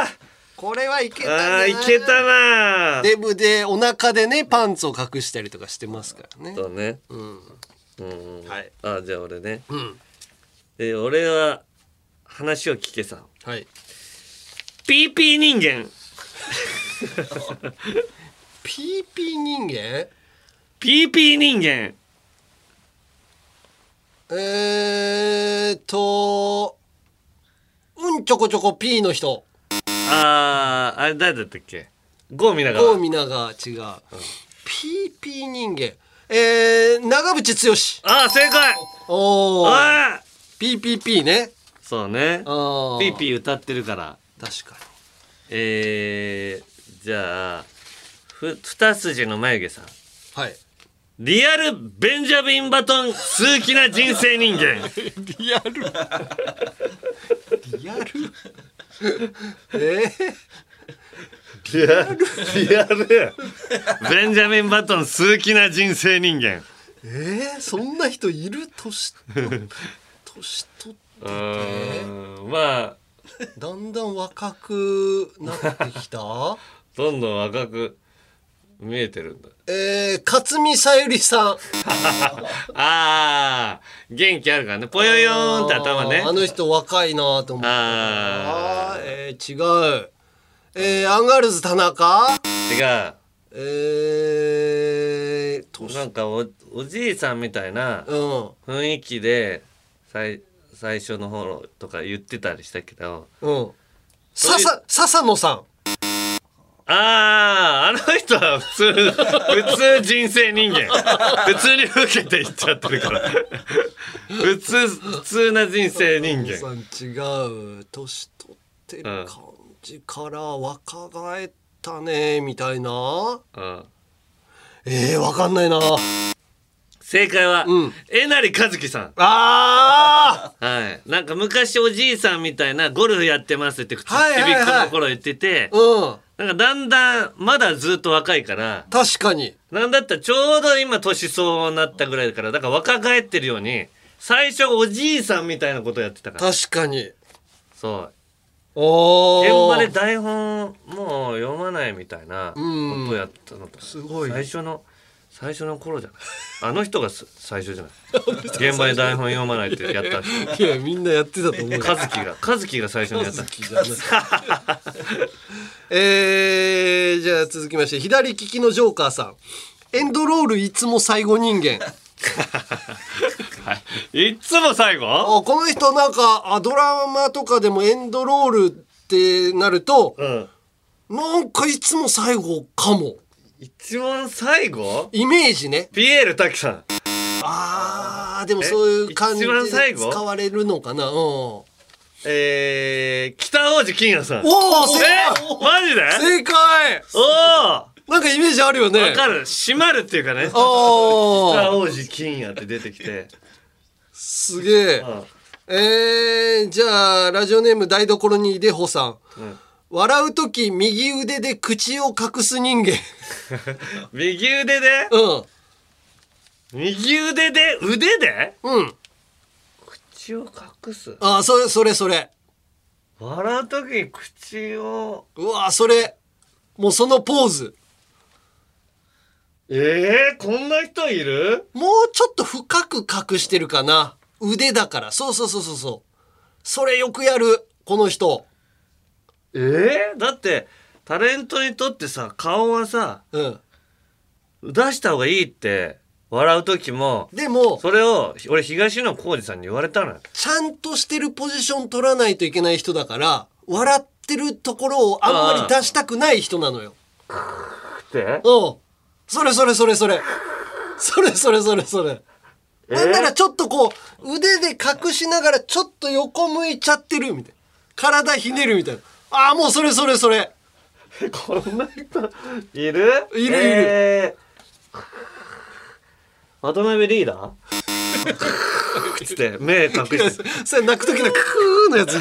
Speaker 1: あー
Speaker 2: これはいけたんじゃ
Speaker 1: あ
Speaker 2: な
Speaker 1: ーいけたな
Speaker 2: デブでお腹でねパンツを隠したりとかしてますからね
Speaker 1: そうね
Speaker 2: うん
Speaker 1: うんうん
Speaker 2: はい
Speaker 1: あじゃあ俺ね
Speaker 2: うん
Speaker 1: で俺は話を聞けさ
Speaker 2: はい
Speaker 1: PP 人間
Speaker 2: PP 人間
Speaker 1: PP 人間
Speaker 2: えーっとうんちょこちょこ P の人
Speaker 1: あーあれ誰だったっけ郷見ながら
Speaker 2: 郷皆が違う、PP 人間えー、長渕剛
Speaker 1: ああ正解
Speaker 2: おお。PPP ね。
Speaker 1: そうねピ
Speaker 2: あー
Speaker 1: ーピー歌ってるから
Speaker 2: 確か
Speaker 1: えー、じゃあふ二筋の眉毛さん
Speaker 2: に。はい。
Speaker 1: リアルベンジャミン・バトン数奇な人生人間
Speaker 2: リアル。リアル。え
Speaker 1: リアルリアルベンジャミン・バトン数奇な人生人間
Speaker 2: ー、えー、そんな人いる年
Speaker 1: <laughs>
Speaker 2: 年取っ
Speaker 1: うーんまあ
Speaker 2: だんだん若くなってきた。
Speaker 1: どんどん若く見えてるんだ
Speaker 2: えー、勝見さゆりさん。
Speaker 1: あー元気あるからねぽよよーんって頭ね
Speaker 2: あーあの人若いなと思って。
Speaker 1: あ
Speaker 2: あーえー、違う。えー、アンガールズ田中。
Speaker 1: ー違う
Speaker 2: えー、年
Speaker 1: なんかおおじいさんみたいな
Speaker 2: うん。
Speaker 1: 雰囲気で最最初の方とか言ってたりしたけど
Speaker 2: うん。笹、笹野さん。
Speaker 1: あああの人は普通 <laughs> 普通人生人間普通に受けていっちゃってるから普通普通な人生人
Speaker 2: さ
Speaker 1: 間
Speaker 2: ん違う。年取ってる
Speaker 1: うん
Speaker 2: 感じから若返ったね、みたいな。
Speaker 1: うん
Speaker 2: えー、わかんないな。
Speaker 1: 正解は、
Speaker 2: うん
Speaker 1: えなりかずきさん
Speaker 2: あ
Speaker 1: はいなんか昔おじいさんみたいなゴルフやってますって口ち
Speaker 2: はいはい
Speaker 1: び
Speaker 2: はい
Speaker 1: っ子の頃言ってて、
Speaker 2: ーうん。
Speaker 1: なんかだんだんまだずっと若いから
Speaker 2: 確かに。
Speaker 1: なんだったらちょうど今年相応になったぐらいだからだから若返ってるように最初おじいさんみたいなことやってたから
Speaker 2: 確かに。
Speaker 1: そう
Speaker 2: お
Speaker 1: 現
Speaker 2: ー。
Speaker 1: 場で台本もう読まないみたいなことやったのと
Speaker 2: すごい
Speaker 1: 最初の最初の頃じゃないあの人がす最初じゃ
Speaker 2: <laughs>
Speaker 1: ない現場で台本読まないってやった人
Speaker 2: いや、みんなやってたと思うよ。
Speaker 1: 和樹が和樹が最初にやった
Speaker 2: えー、じゃあ続きまして、左利きのジョーカーさん。エンドロールいつも最後人間。
Speaker 1: <laughs> いっつも最後
Speaker 2: あこの人なんかあドラマとかでもエンドロールってなると
Speaker 1: うん
Speaker 2: なんかいつも最後かも
Speaker 1: 一番最後
Speaker 2: イメージね
Speaker 1: ピエール滝さん
Speaker 2: あーでもそういう感じ
Speaker 1: え一番最
Speaker 2: で
Speaker 1: 後
Speaker 2: 使われるのかなうんお
Speaker 1: えー、北王子金也さん。
Speaker 2: お正
Speaker 1: え
Speaker 2: 解
Speaker 1: マジで
Speaker 2: 正解
Speaker 1: おお
Speaker 2: なんかイメージあるよね
Speaker 1: わかる閉まるっていうかね。北
Speaker 2: あー
Speaker 1: 王子金也って出てきて。
Speaker 2: すげえ
Speaker 1: うん
Speaker 2: えー、じゃあラジオネーム台所にいでほさん、
Speaker 1: ん
Speaker 2: 笑う時右腕で口を隠す人間
Speaker 1: 右腕で
Speaker 2: うん
Speaker 1: 右腕で腕で
Speaker 2: うん
Speaker 1: 口を隠す。
Speaker 2: あーそれそれそれ
Speaker 1: 笑う時に口を。
Speaker 2: うわーそれもうそのポーズ
Speaker 1: えー、こんな人いる
Speaker 2: もうちょっと深く隠してるかな腕だからそうそうそうそうそうそれよくやるこの人
Speaker 1: えー、だって、タレントにとってさ、顔はさ、
Speaker 2: うん
Speaker 1: 出した方がいいって、笑う時も、
Speaker 2: でも
Speaker 1: それを、俺、東野幸治さんに言われたのよ。
Speaker 2: ちゃんとしてるポジション取らないといけない人だから笑ってるところをあんまり出したくない人なのよ
Speaker 1: って
Speaker 2: うんそれそれそれそれそれそれそれそれなんならちょっとこう腕で隠しながらちょっと横向いちゃってるみたいな体ひねるみたいなああもうそれそれそれ
Speaker 1: こんな人いる
Speaker 2: いるいる
Speaker 1: えー渡辺リーダーつって <laughs> 目隠して
Speaker 2: <laughs> それ泣く時のクーのやつ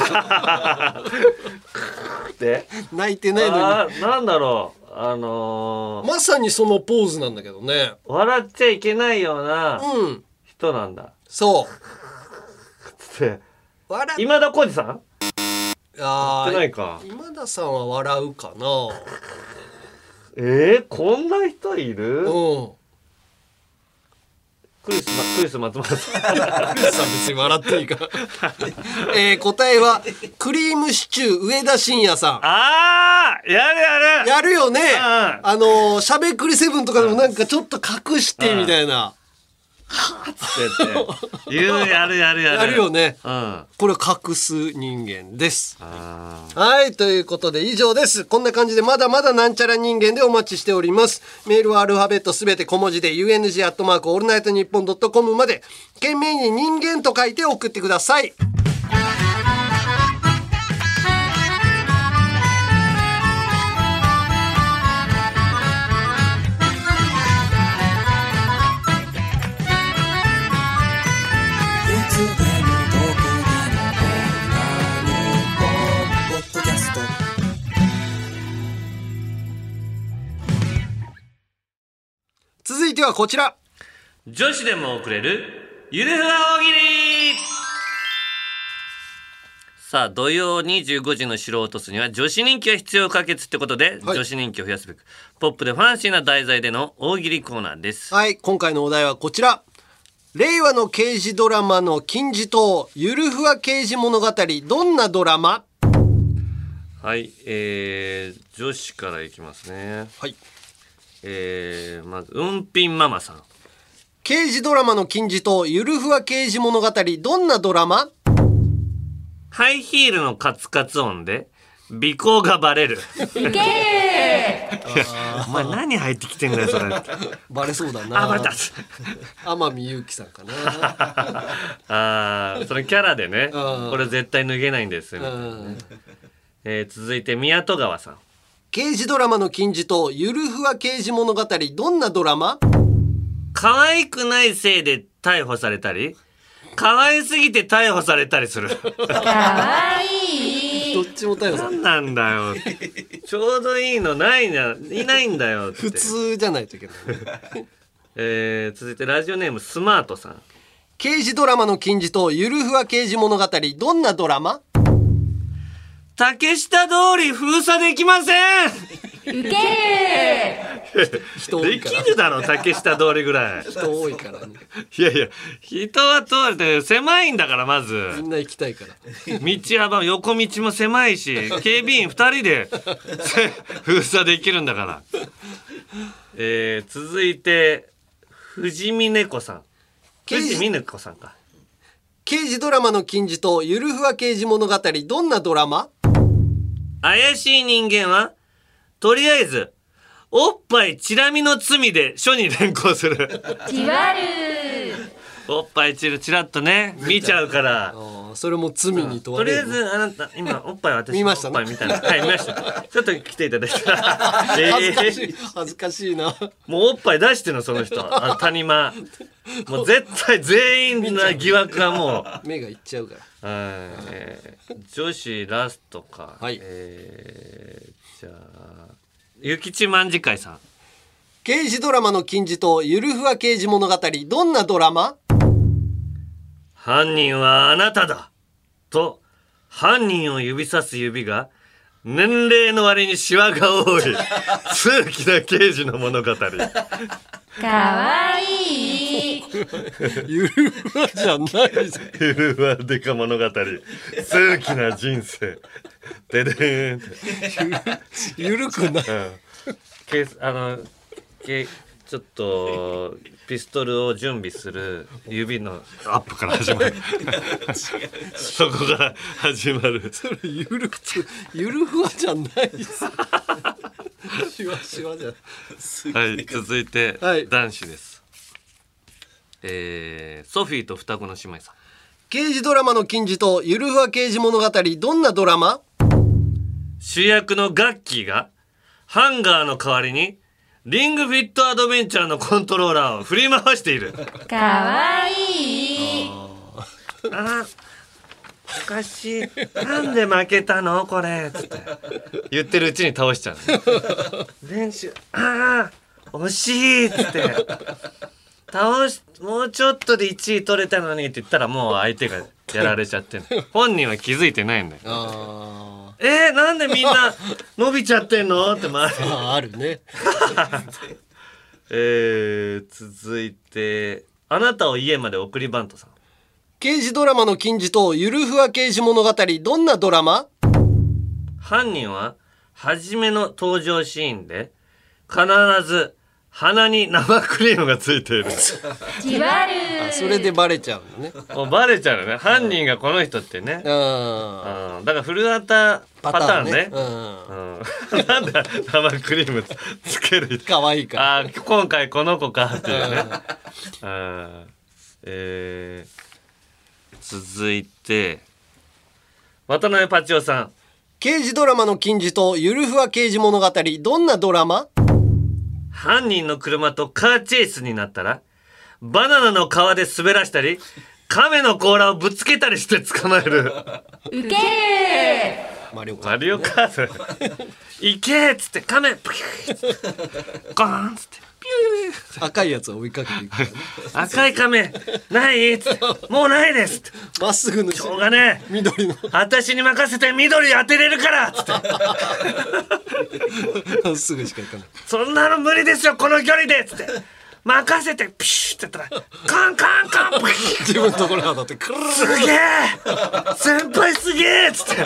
Speaker 1: て <laughs>
Speaker 2: 泣いて <laughs> ないの
Speaker 1: あーなんだろうあの
Speaker 2: に
Speaker 1: ー
Speaker 2: まさにそのポーズなんだけどね
Speaker 1: 笑っちゃいけないような
Speaker 2: うん
Speaker 1: 人なんだ
Speaker 2: そ
Speaker 1: つって
Speaker 2: う笑っ
Speaker 1: 今田耕司さん
Speaker 2: あ
Speaker 1: じゃない
Speaker 2: ー
Speaker 1: か
Speaker 2: 今田さんは笑うかな
Speaker 1: えー、こんな人いる
Speaker 2: うん
Speaker 1: クリスマクリス松本さん
Speaker 2: クリスさん別に笑っていいから、 <laughs> えー、答えはクリームシチュー上田晋也さ
Speaker 1: <laughs> あーやるや
Speaker 2: ん
Speaker 1: る
Speaker 2: やるよね
Speaker 1: ん
Speaker 2: あのー、しゃべくりセブンとかでもなんかちょっと隠してみたいな
Speaker 1: って言うやるやるやる
Speaker 2: やるよね、
Speaker 1: うん
Speaker 2: これを隠す人間ですはいということで以上ですこんな感じでまだまだなんちゃら人間でお待ちしておりますメールはアルファベットすべて小文字で UNG アットマークオールナイトニッポンドットコムまで懸命に人間と書いて送ってください続いてはこちら
Speaker 1: 女子でも送れるゆるふわ大喜利さあ土曜25時の素人すには女子人気が必要不可欠ってことで、女子人気を増やすべくポップでファンシーな題材での大喜利コーナーです
Speaker 2: はい今回のお題はこちら令和の刑事ドラマの金字塔ゆるふわ刑事物語どんなドラマ
Speaker 1: はいえー、女子からいきますね
Speaker 2: はい
Speaker 1: えー、まずうんぴんママさん
Speaker 2: 刑事ドラマの金字塔ゆるふわ刑事物語どんなドラマ
Speaker 1: ハイヒールのカツカツ音で尾行がバレるお前何入ってきてんだよそれ
Speaker 2: バレそうだな
Speaker 1: あバレた <laughs>
Speaker 2: 天海祐希さんかな
Speaker 1: あーそのキャラでねこれ絶対脱げないんですよ、みたいなねえー続いて宮戸川さん
Speaker 2: 刑事ドラマの金字塔ゆるふわ刑事物語どんなドラマ
Speaker 1: 可愛くないせいで逮捕されたり可愛すぎて逮捕されたりする
Speaker 2: どっちも逮捕される
Speaker 1: 何なんだよちょうどいいのないないないんだよって
Speaker 2: 普通じゃないといけない
Speaker 1: えー続いてラジオネームスマートさん
Speaker 2: 刑事ドラマの金字塔ゆるふわ刑事物語どんなドラマ
Speaker 1: 竹下通り封鎖できません
Speaker 2: 人多
Speaker 1: で
Speaker 2: いから
Speaker 1: きるだろ竹下通りぐらい
Speaker 2: 人多いからね
Speaker 1: いやいや人は通れて狭いんだからまず
Speaker 2: みんな行きたいから
Speaker 1: 道幅横道も狭いし警備員2人でせ封鎖できるんだから、えー続いて藤見猫さん
Speaker 2: 刑
Speaker 1: 藤見
Speaker 2: 事
Speaker 1: 猫さんか
Speaker 2: 刑事ドラマの金字塔ゆるふわ刑事物語どんなドラマ
Speaker 1: 怪しい人間はとりあえずおっぱいチラ見の罪で署に連行するおっぱいチラチラっとね見ちゃうから
Speaker 2: あーそれも罪に問わ
Speaker 1: とり
Speaker 2: れ
Speaker 1: あ
Speaker 2: る
Speaker 1: えずあなた今おっぱい私
Speaker 2: 見ました
Speaker 1: おっ
Speaker 2: ね
Speaker 1: ぱい見たんですはい見ましたちょっと来ていただいたら
Speaker 2: <laughs> 恥ずかし
Speaker 1: え
Speaker 2: い恥ずかしいな
Speaker 1: ーもうおっぱい出してるのその人あ谷間もう絶対全員な疑惑はもう
Speaker 2: 目がいっちゃうから
Speaker 1: はいえー女子ラストか
Speaker 2: はい
Speaker 1: えーじゃあ諭吉卍会さん
Speaker 2: 刑事ドラマの金字塔ゆるふわ刑事物語どんなドラマ
Speaker 1: 犯人はあなただと犯人を指さす指が年齢の割にシワが <laughs> 多い数奇な刑事の物語
Speaker 2: ゆるふわじゃないぜ
Speaker 1: ゆるわでか物語数奇な人生ででーん
Speaker 2: ゆるくない
Speaker 1: ケースあのけちょっとピストルを準備する指のアップから始まる <laughs> そこから始まる
Speaker 2: ゆるくゆるふわじゃないぜシワシワじゃない
Speaker 1: はい続いて
Speaker 2: はい
Speaker 1: 男子です、えーソフィーと双子の姉妹さん
Speaker 2: 刑事ドラマの金字塔ゆるふわ刑事物語どんなドラマ
Speaker 1: 主役のガッキーがハンガーの代わりにリングフィットアドベンチャーのコントローラーを振り回している。かわいい。あ、おかしい。なんで負けたのこれ。つって言ってるうちに倒しちゃう。練習、ああ、惜しい。つって。倒し、もうちょっとで1位取れたのにって言ったらもう相手がやられちゃってる。本人は気づいてないんだよ。
Speaker 2: あ
Speaker 1: えー、なんでみんな伸びちゃってんのって周り
Speaker 2: ーあーあるね
Speaker 1: えー、続いてあなたを家まで送りバントさん
Speaker 2: 刑事ドラマの金字塔ゆるふわ刑事物語どんなドラマ
Speaker 1: 犯人は初めの登場シーンで必ず「鼻に生クリームがついている。
Speaker 10: じわる
Speaker 2: あそれでバレちゃうのね
Speaker 1: <laughs> もうバレちゃうよね。犯人がこの人ってね。うん。だから古畑パターンね。
Speaker 2: パタ
Speaker 1: うん。 <laughs> なんだ生クリームつつける <laughs> 人。
Speaker 2: 可愛い
Speaker 1: から。あー今回この子かっていうね。うん。えー、続いて、渡辺パチオさん。
Speaker 2: 刑事ドラマの金字塔ゆるふわ刑事物語どんなドラマ
Speaker 1: 犯人の車とカーチェイスになったら、バナナの皮で滑らしたり、亀の甲羅をぶつけたりして捕まえる。
Speaker 10: ウケる
Speaker 2: マリオ
Speaker 1: ー
Speaker 2: カ
Speaker 1: ト、マリオカート。行けっつって亀プキューっつってゴーンっつって
Speaker 2: 赤いやつを追いかけていく
Speaker 1: 赤い亀ないっつってもうないですって
Speaker 2: まっすぐ
Speaker 1: しょうがねえ
Speaker 2: 緑の
Speaker 1: 私に任せて緑当てれるからっつって
Speaker 2: まっすぐしか行かない
Speaker 1: そんなの無理ですよこの距離でっつって任せてピシュッってやったらカンカンカンプキュー
Speaker 2: 自分のところが当たってクルル
Speaker 1: すげえ先輩すげえっつって。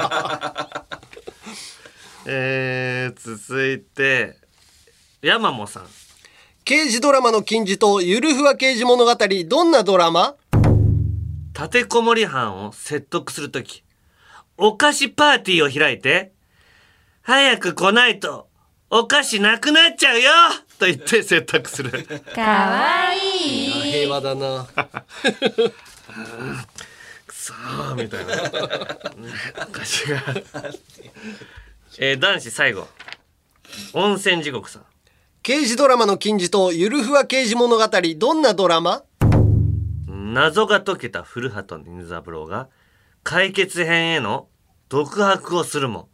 Speaker 1: えー、続いて、山もさん。
Speaker 2: 刑事ドラマの金字塔ゆるふわ刑事物語どんなドラマ
Speaker 1: 立てこもり犯を説得するとき、お菓子パーティーを開いて、早く来ないと、お菓子なくなっちゃうよと言って説得する。
Speaker 10: かわいい
Speaker 2: 平和だな
Speaker 1: くそーみたいな。 <laughs> お菓子が。えー、男子最後。温泉地獄さん。
Speaker 2: 刑事ドラマの金字塔ゆるふわ刑事物語どんなドラマ
Speaker 1: 謎が解けた古畑任三郎が解決編への独白をするも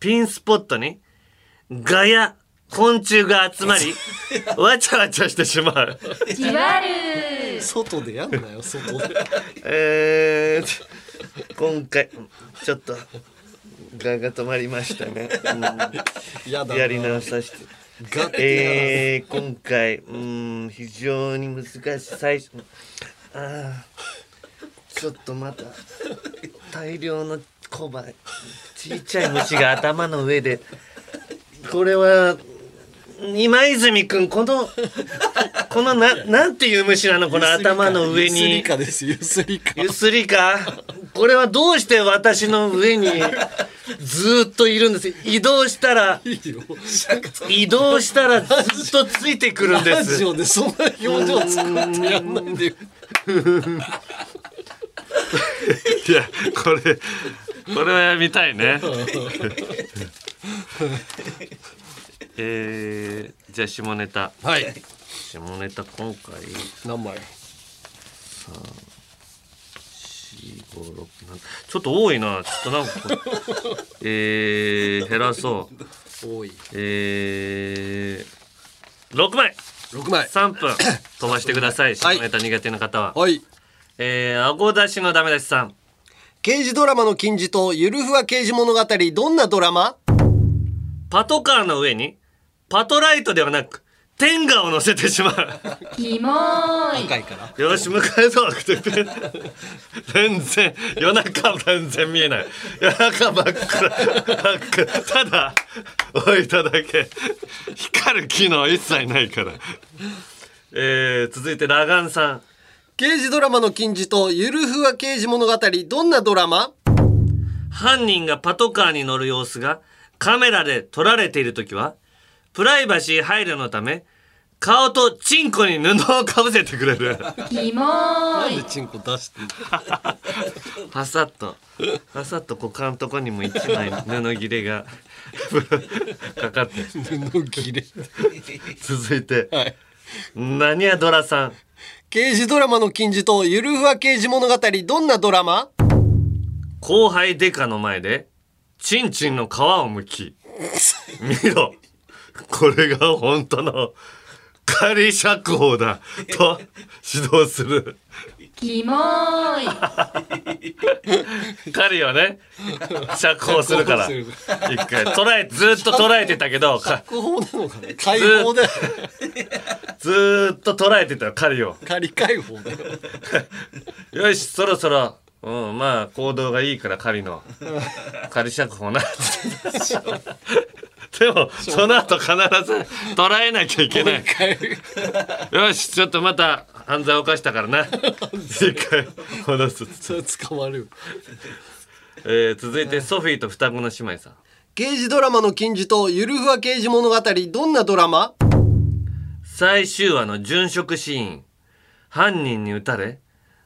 Speaker 1: ピンスポットにガや昆虫が集まりわちゃわちゃしてしまう。
Speaker 10: じわる
Speaker 2: 外でやんなよ外で
Speaker 1: えー、今回ちょっとガが止まりましたね。
Speaker 2: やだな
Speaker 1: やり直させて。
Speaker 2: ガッて
Speaker 1: えー、今回うーん非常に難しい最初あーちょっとまた大量の小葉ちっちゃい虫が頭の上でこれは今泉君このこのななんていう虫なのこの頭の上
Speaker 2: ゆすり
Speaker 1: に
Speaker 2: かですゆすりか
Speaker 1: ゆすりかこれはどうして私の上にずーっといるんです移動したら
Speaker 2: いいよ
Speaker 1: 移動したらずっとついてくるんで
Speaker 2: ラ
Speaker 1: す
Speaker 2: ジ。オでそんな表情作ってやんないでよ
Speaker 1: いやこれこれはやみたいね。えー、じゃあ下ネタ
Speaker 2: はい
Speaker 1: 下ネタ今回
Speaker 2: 何枚
Speaker 1: 4 5 6ちょっと多いなちょっとなんかこうえー、減らそう
Speaker 2: 多い
Speaker 1: えー、6枚
Speaker 2: 6枚
Speaker 1: 3分
Speaker 2: <coughs>
Speaker 1: 飛ばしてください下
Speaker 2: はい
Speaker 1: ネタ苦手な方は、
Speaker 2: はい
Speaker 1: えー、顎出しのダメ出しさん
Speaker 2: 刑事ドラマの金字塔ゆるふわ刑事物語どんなドラマ
Speaker 1: パトカーの上にパトライトではなく天下を乗せてしま
Speaker 2: <laughs>
Speaker 1: う
Speaker 10: キモーい
Speaker 2: 赤いから
Speaker 1: よし迎えそうって全然夜中全然見えない夜中真っ暗真っ暗ただ置いただけ光る機能一切ないからえー、続いてラガンさん
Speaker 2: 刑事ドラマの金字塔ゆるふわ刑事物語どんなドラマ
Speaker 1: 犯人がパトカーに乗る様子がカメラで撮られている時はプライバシー配慮のため顔とチンコに布をかぶせてくれ
Speaker 2: <laughs>
Speaker 1: る
Speaker 10: キモ
Speaker 2: なん
Speaker 10: ー
Speaker 2: で
Speaker 10: い
Speaker 2: チンコ出してんの
Speaker 1: パサッとパサッと股間のとこにも一枚布切れが <laughs> かかって
Speaker 2: 布切れ
Speaker 1: 続いて
Speaker 2: はい
Speaker 1: 何やドラさん
Speaker 2: 刑事ドラマの金字塔ゆるふわ刑事物語どんなドラマ
Speaker 1: 後輩デカの前でチンチンの皮を剥き見ろこれが本当の仮釈放だと指導する
Speaker 10: キモーい
Speaker 1: 狩りはね釈放するから
Speaker 2: 釈
Speaker 1: 一
Speaker 2: 放す
Speaker 1: 回捉えずっと捉えてたけどか
Speaker 2: 不法なのかな解放だよ <laughs>
Speaker 1: ずーっと捉えてたよ狩りを。
Speaker 2: 仮解放だよ
Speaker 1: よしそろそろうんま <laughs> あ行動がいいから狩りの狩り釈放なでもその後必ず捉えなきゃいけないよしちょっとまた犯罪を犯したからな一回戻す
Speaker 2: <laughs> それ捕まる
Speaker 1: えー続いてソフィーと双子の姉妹さん
Speaker 2: 刑事ドラマの金字とゆるふわ刑事物語どんなドラマ
Speaker 1: 最終話の殉職シーン犯人に撃たれ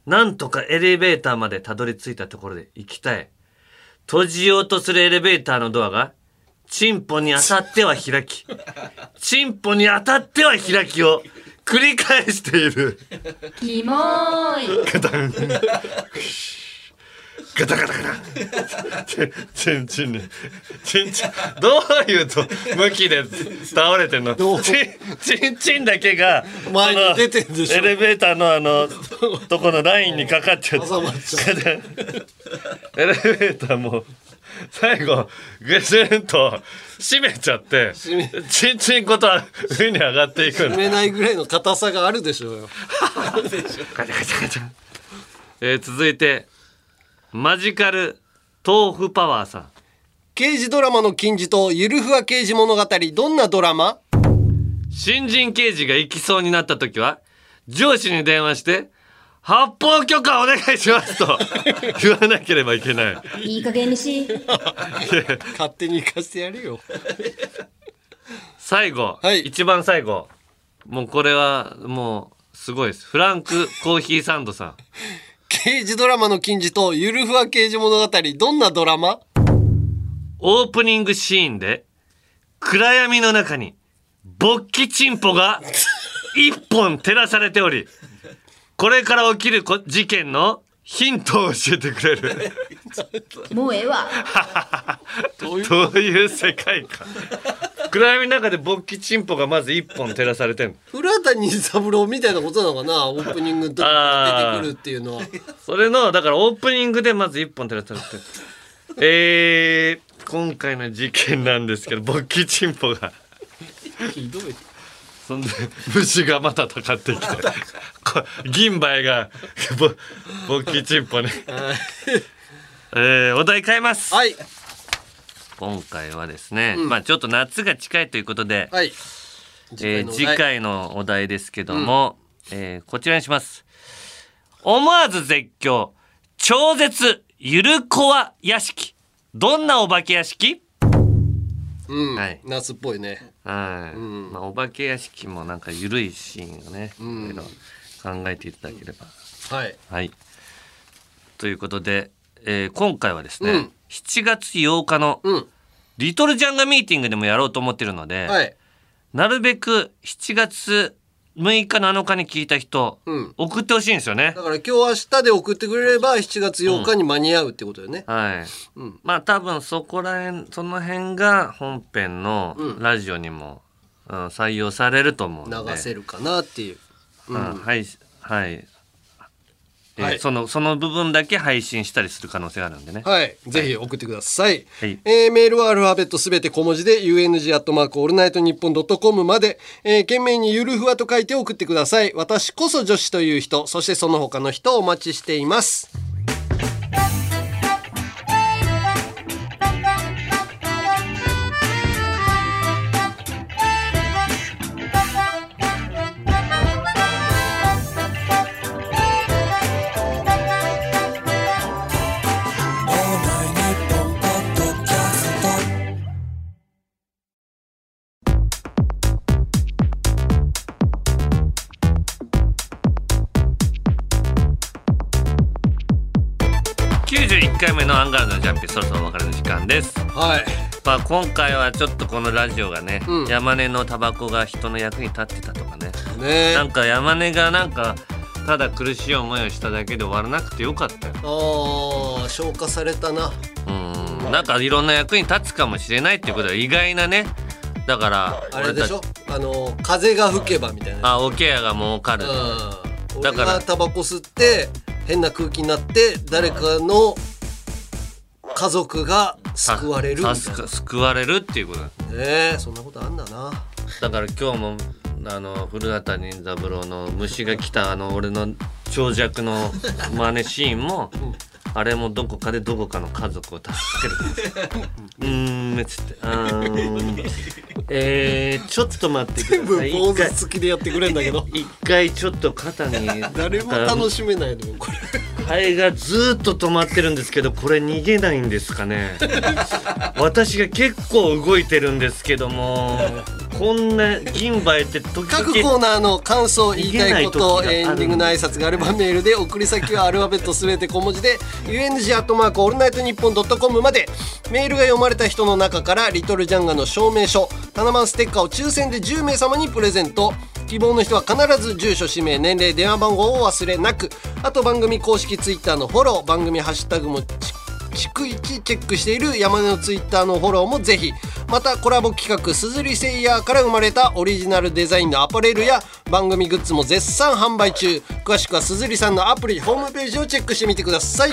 Speaker 1: なんとかエレベーターまでたどり着いたところで行きたい閉じようとするエレベーターのドアがチンポに当たっては開きチンポに当たっては開きを繰り返している
Speaker 11: キモーい
Speaker 1: ガタンガタガタガタチンチンチンにチンチンどういうと向きで倒れてんのチンチンチンだけが前に出てでしょエレベーターのあのとこのラインにかかっちゃってガタンエレベーターも最後ぐしゅんと閉めちゃってチンチンことは上に上がっていくの
Speaker 2: 決めないぐらいの硬さがあるでしょうよ
Speaker 1: ガチャガチャガチャ <laughs> えー続いてマジカル豆腐パワーさん
Speaker 2: 刑事ドラマの金字とゆるふわ刑事物語どんなドラマ
Speaker 1: 新人刑事が行きそうになった時は上司に電話して発砲許可お願いしますと言わなければいけない
Speaker 11: いい加減にし
Speaker 1: 勝
Speaker 2: 手に行かせてやるよ
Speaker 1: 最後、一番最後もうこれはもうすごいですフランクコーヒーサンドさん
Speaker 2: 刑事ドラマの金字とゆるふわ刑事物語どんなドラマ
Speaker 1: オープニングシーンで暗闇の中に勃起チンポ <laughs> が一本照らされておりこれから起きるこ事件のヒントを教えてくれる
Speaker 11: もうええわ
Speaker 1: どういう世界観暗闇の中で勃起チンポがまず一本照らされてる
Speaker 2: 浦田任三郎みたいなことなのかなオープニングの時に出てくるっていうのは
Speaker 1: それのだからオープニングでまず一本照らされて <laughs> るえー、今回の事件なんですけど勃起チンポが
Speaker 2: ひどい
Speaker 1: そんで虫がまたたかってきてこ銀杯がぼ勃起チンポねえー、お題変えます
Speaker 2: はい
Speaker 1: 今回はですね、
Speaker 2: うん
Speaker 1: まあちょっと夏が近いということで、
Speaker 2: はい
Speaker 1: えー次
Speaker 2: 次回のお題
Speaker 1: 回のお題ですけども、えーこちらにします思わず絶叫超絶ゆるこわ屋敷どんなお化け屋敷
Speaker 2: うん、夏っぽいね
Speaker 1: はい、まあお化け屋敷もなんかゆるいシーンをね、いろいろ考えていただければ
Speaker 2: はい
Speaker 1: はいということで、えー今回はですね、7月8日の、リトルジャンガミーティングでもやろうと思ってるので、
Speaker 2: はい
Speaker 1: なるべく7月6日7日に聞いた人、送ってほしいんですよね
Speaker 2: だから今日明日で送ってくれれば7月8日に間に合うってことよね、
Speaker 1: はい、まあ多分そこら辺その辺が本編のラジオにも、うん採用されると思うので
Speaker 2: 流せるかなっていう、うん
Speaker 1: うんはいはい、えー
Speaker 2: はい
Speaker 1: そのその部分だけ配信したりする可能性があるんでね
Speaker 2: はいぜひ送ってください、
Speaker 1: はい
Speaker 2: えーメールはアルファベットすべて小文字で UNG アットマークオールナイトニッポンドットコムまで、えー、懸命にゆるふわと書いて送ってください私こそ女子という人そしてその他の人をお待ちしています
Speaker 1: 91回目のアンガールズのジャンピーそろそろお別れの時間です
Speaker 2: はい
Speaker 1: まあ今回はちょっとこのラジオがね、
Speaker 2: うん
Speaker 1: 山根のタバコが人の役に立ってたとかね
Speaker 2: ね
Speaker 1: なんか山根がなんかただ苦しい思いをしただけで終わらなくてよかったよ
Speaker 2: あー消化されたな
Speaker 1: うんなんかいろんな役に立つかもしれないっていうことは意外なねだから
Speaker 2: あれでしょ
Speaker 1: 俺たち
Speaker 2: あの風が吹けばみたいな
Speaker 1: あオケアが儲かる
Speaker 2: うん
Speaker 1: だ
Speaker 2: 俺
Speaker 1: から
Speaker 2: がタバコ吸って変な空気になって誰かの家族が救われるみたいな
Speaker 1: 助か救われるっていうことだ
Speaker 2: ねえそんなことあんだ <laughs> な
Speaker 1: だから今日もあの古畑任三郎の虫が来たあの俺の長尺の真似シーンもあれもどこかでどこかの家族を助けるうーんつってあ
Speaker 2: <laughs>
Speaker 1: ーえー、ちょっと待ってください
Speaker 2: 全部坊
Speaker 1: 一回
Speaker 2: 主好きでやってくれんだけど
Speaker 1: 一回ちょっと肩に
Speaker 2: <laughs> 誰も楽しめないのよこれ
Speaker 1: ハエがずーっと止まってるんですけどこれ逃げないんですかね私が結構動いてるんですけどもこんな銀杯って時々
Speaker 2: 各コーナーの感想言いたいこと
Speaker 1: 逃げない時がある
Speaker 2: エンディングの挨拶があればメールで送り先はアルファベットすべて小文字で「UNG」「アットマークオールナイトニッポン」「ドットコム」までメールが読まれた人の中からリトルジャンガの証明書七番ステッカーを抽選で10名様にプレゼント希望の人は必ず住所氏名年齢電話番号を忘れなくあと番組公式ツイッターのフォロー番組ハッシュタグも逐一チェックしている山根のツイッターのフォローもぜひまたコラボ企画「すずりセイヤー」から生まれたオリジナルデザインのアパレルや番組グッズも絶賛販売中詳しくはすずりさんのアプリホームページをチェックしてみてください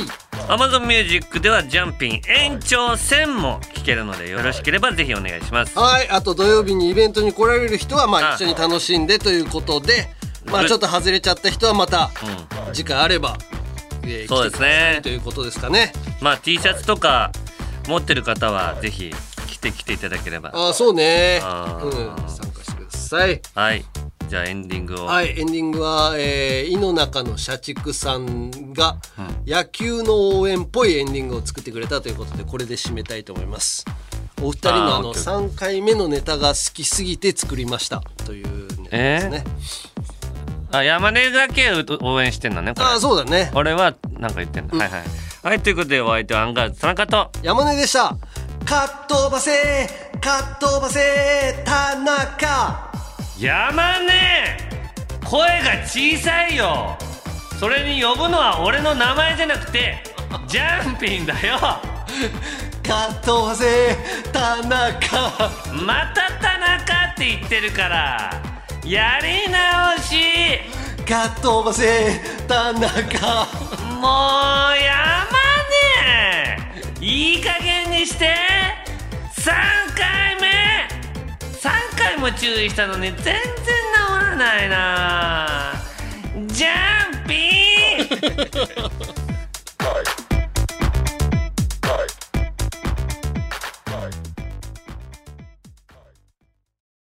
Speaker 1: Amazon ミュージックではジャンピン延長戦も聴けるのでよろしければぜひお願いします
Speaker 2: はいあと土曜日にイベントに来られる人はまあ一緒に楽しんでということでまあちょっと外れちゃった人はまた次回あればえー
Speaker 1: そうですね
Speaker 2: ということですかね
Speaker 1: まあ T シャツとか持ってる方はぜひ着てきていただければ
Speaker 2: ああそうね
Speaker 1: あ
Speaker 2: うん
Speaker 1: ー
Speaker 2: 参加してください
Speaker 1: はいじゃあエンディングを
Speaker 2: はい、エンディングは、えー、井の中の社畜さんが野球の応援っぽいエンディングを作ってくれたということでこれで締めたいと思いますお二人の
Speaker 1: あー
Speaker 2: あ
Speaker 1: オッ
Speaker 2: の
Speaker 1: ケー
Speaker 2: 3回目のネタが好きすぎて作りましたというね
Speaker 1: え
Speaker 2: ね
Speaker 1: あ山根だけ応援してんのねこれ
Speaker 2: あーそうだね
Speaker 1: 俺はなんか言ってんだ、はいはいはいということでお相手はアンガールズ田中と
Speaker 2: 山根でしたカットバセカットバセ田中
Speaker 1: 山根声が小さいよそれに呼ぶのは俺の名前じゃなく
Speaker 2: <laughs>
Speaker 1: てジャンピンだよ
Speaker 2: カットバセ田中
Speaker 1: また田中って言ってるからやり直し
Speaker 2: カットバセ田中
Speaker 1: もうやまねえいい加減にして3回目3回も注意したのに全然治らないなジャンピン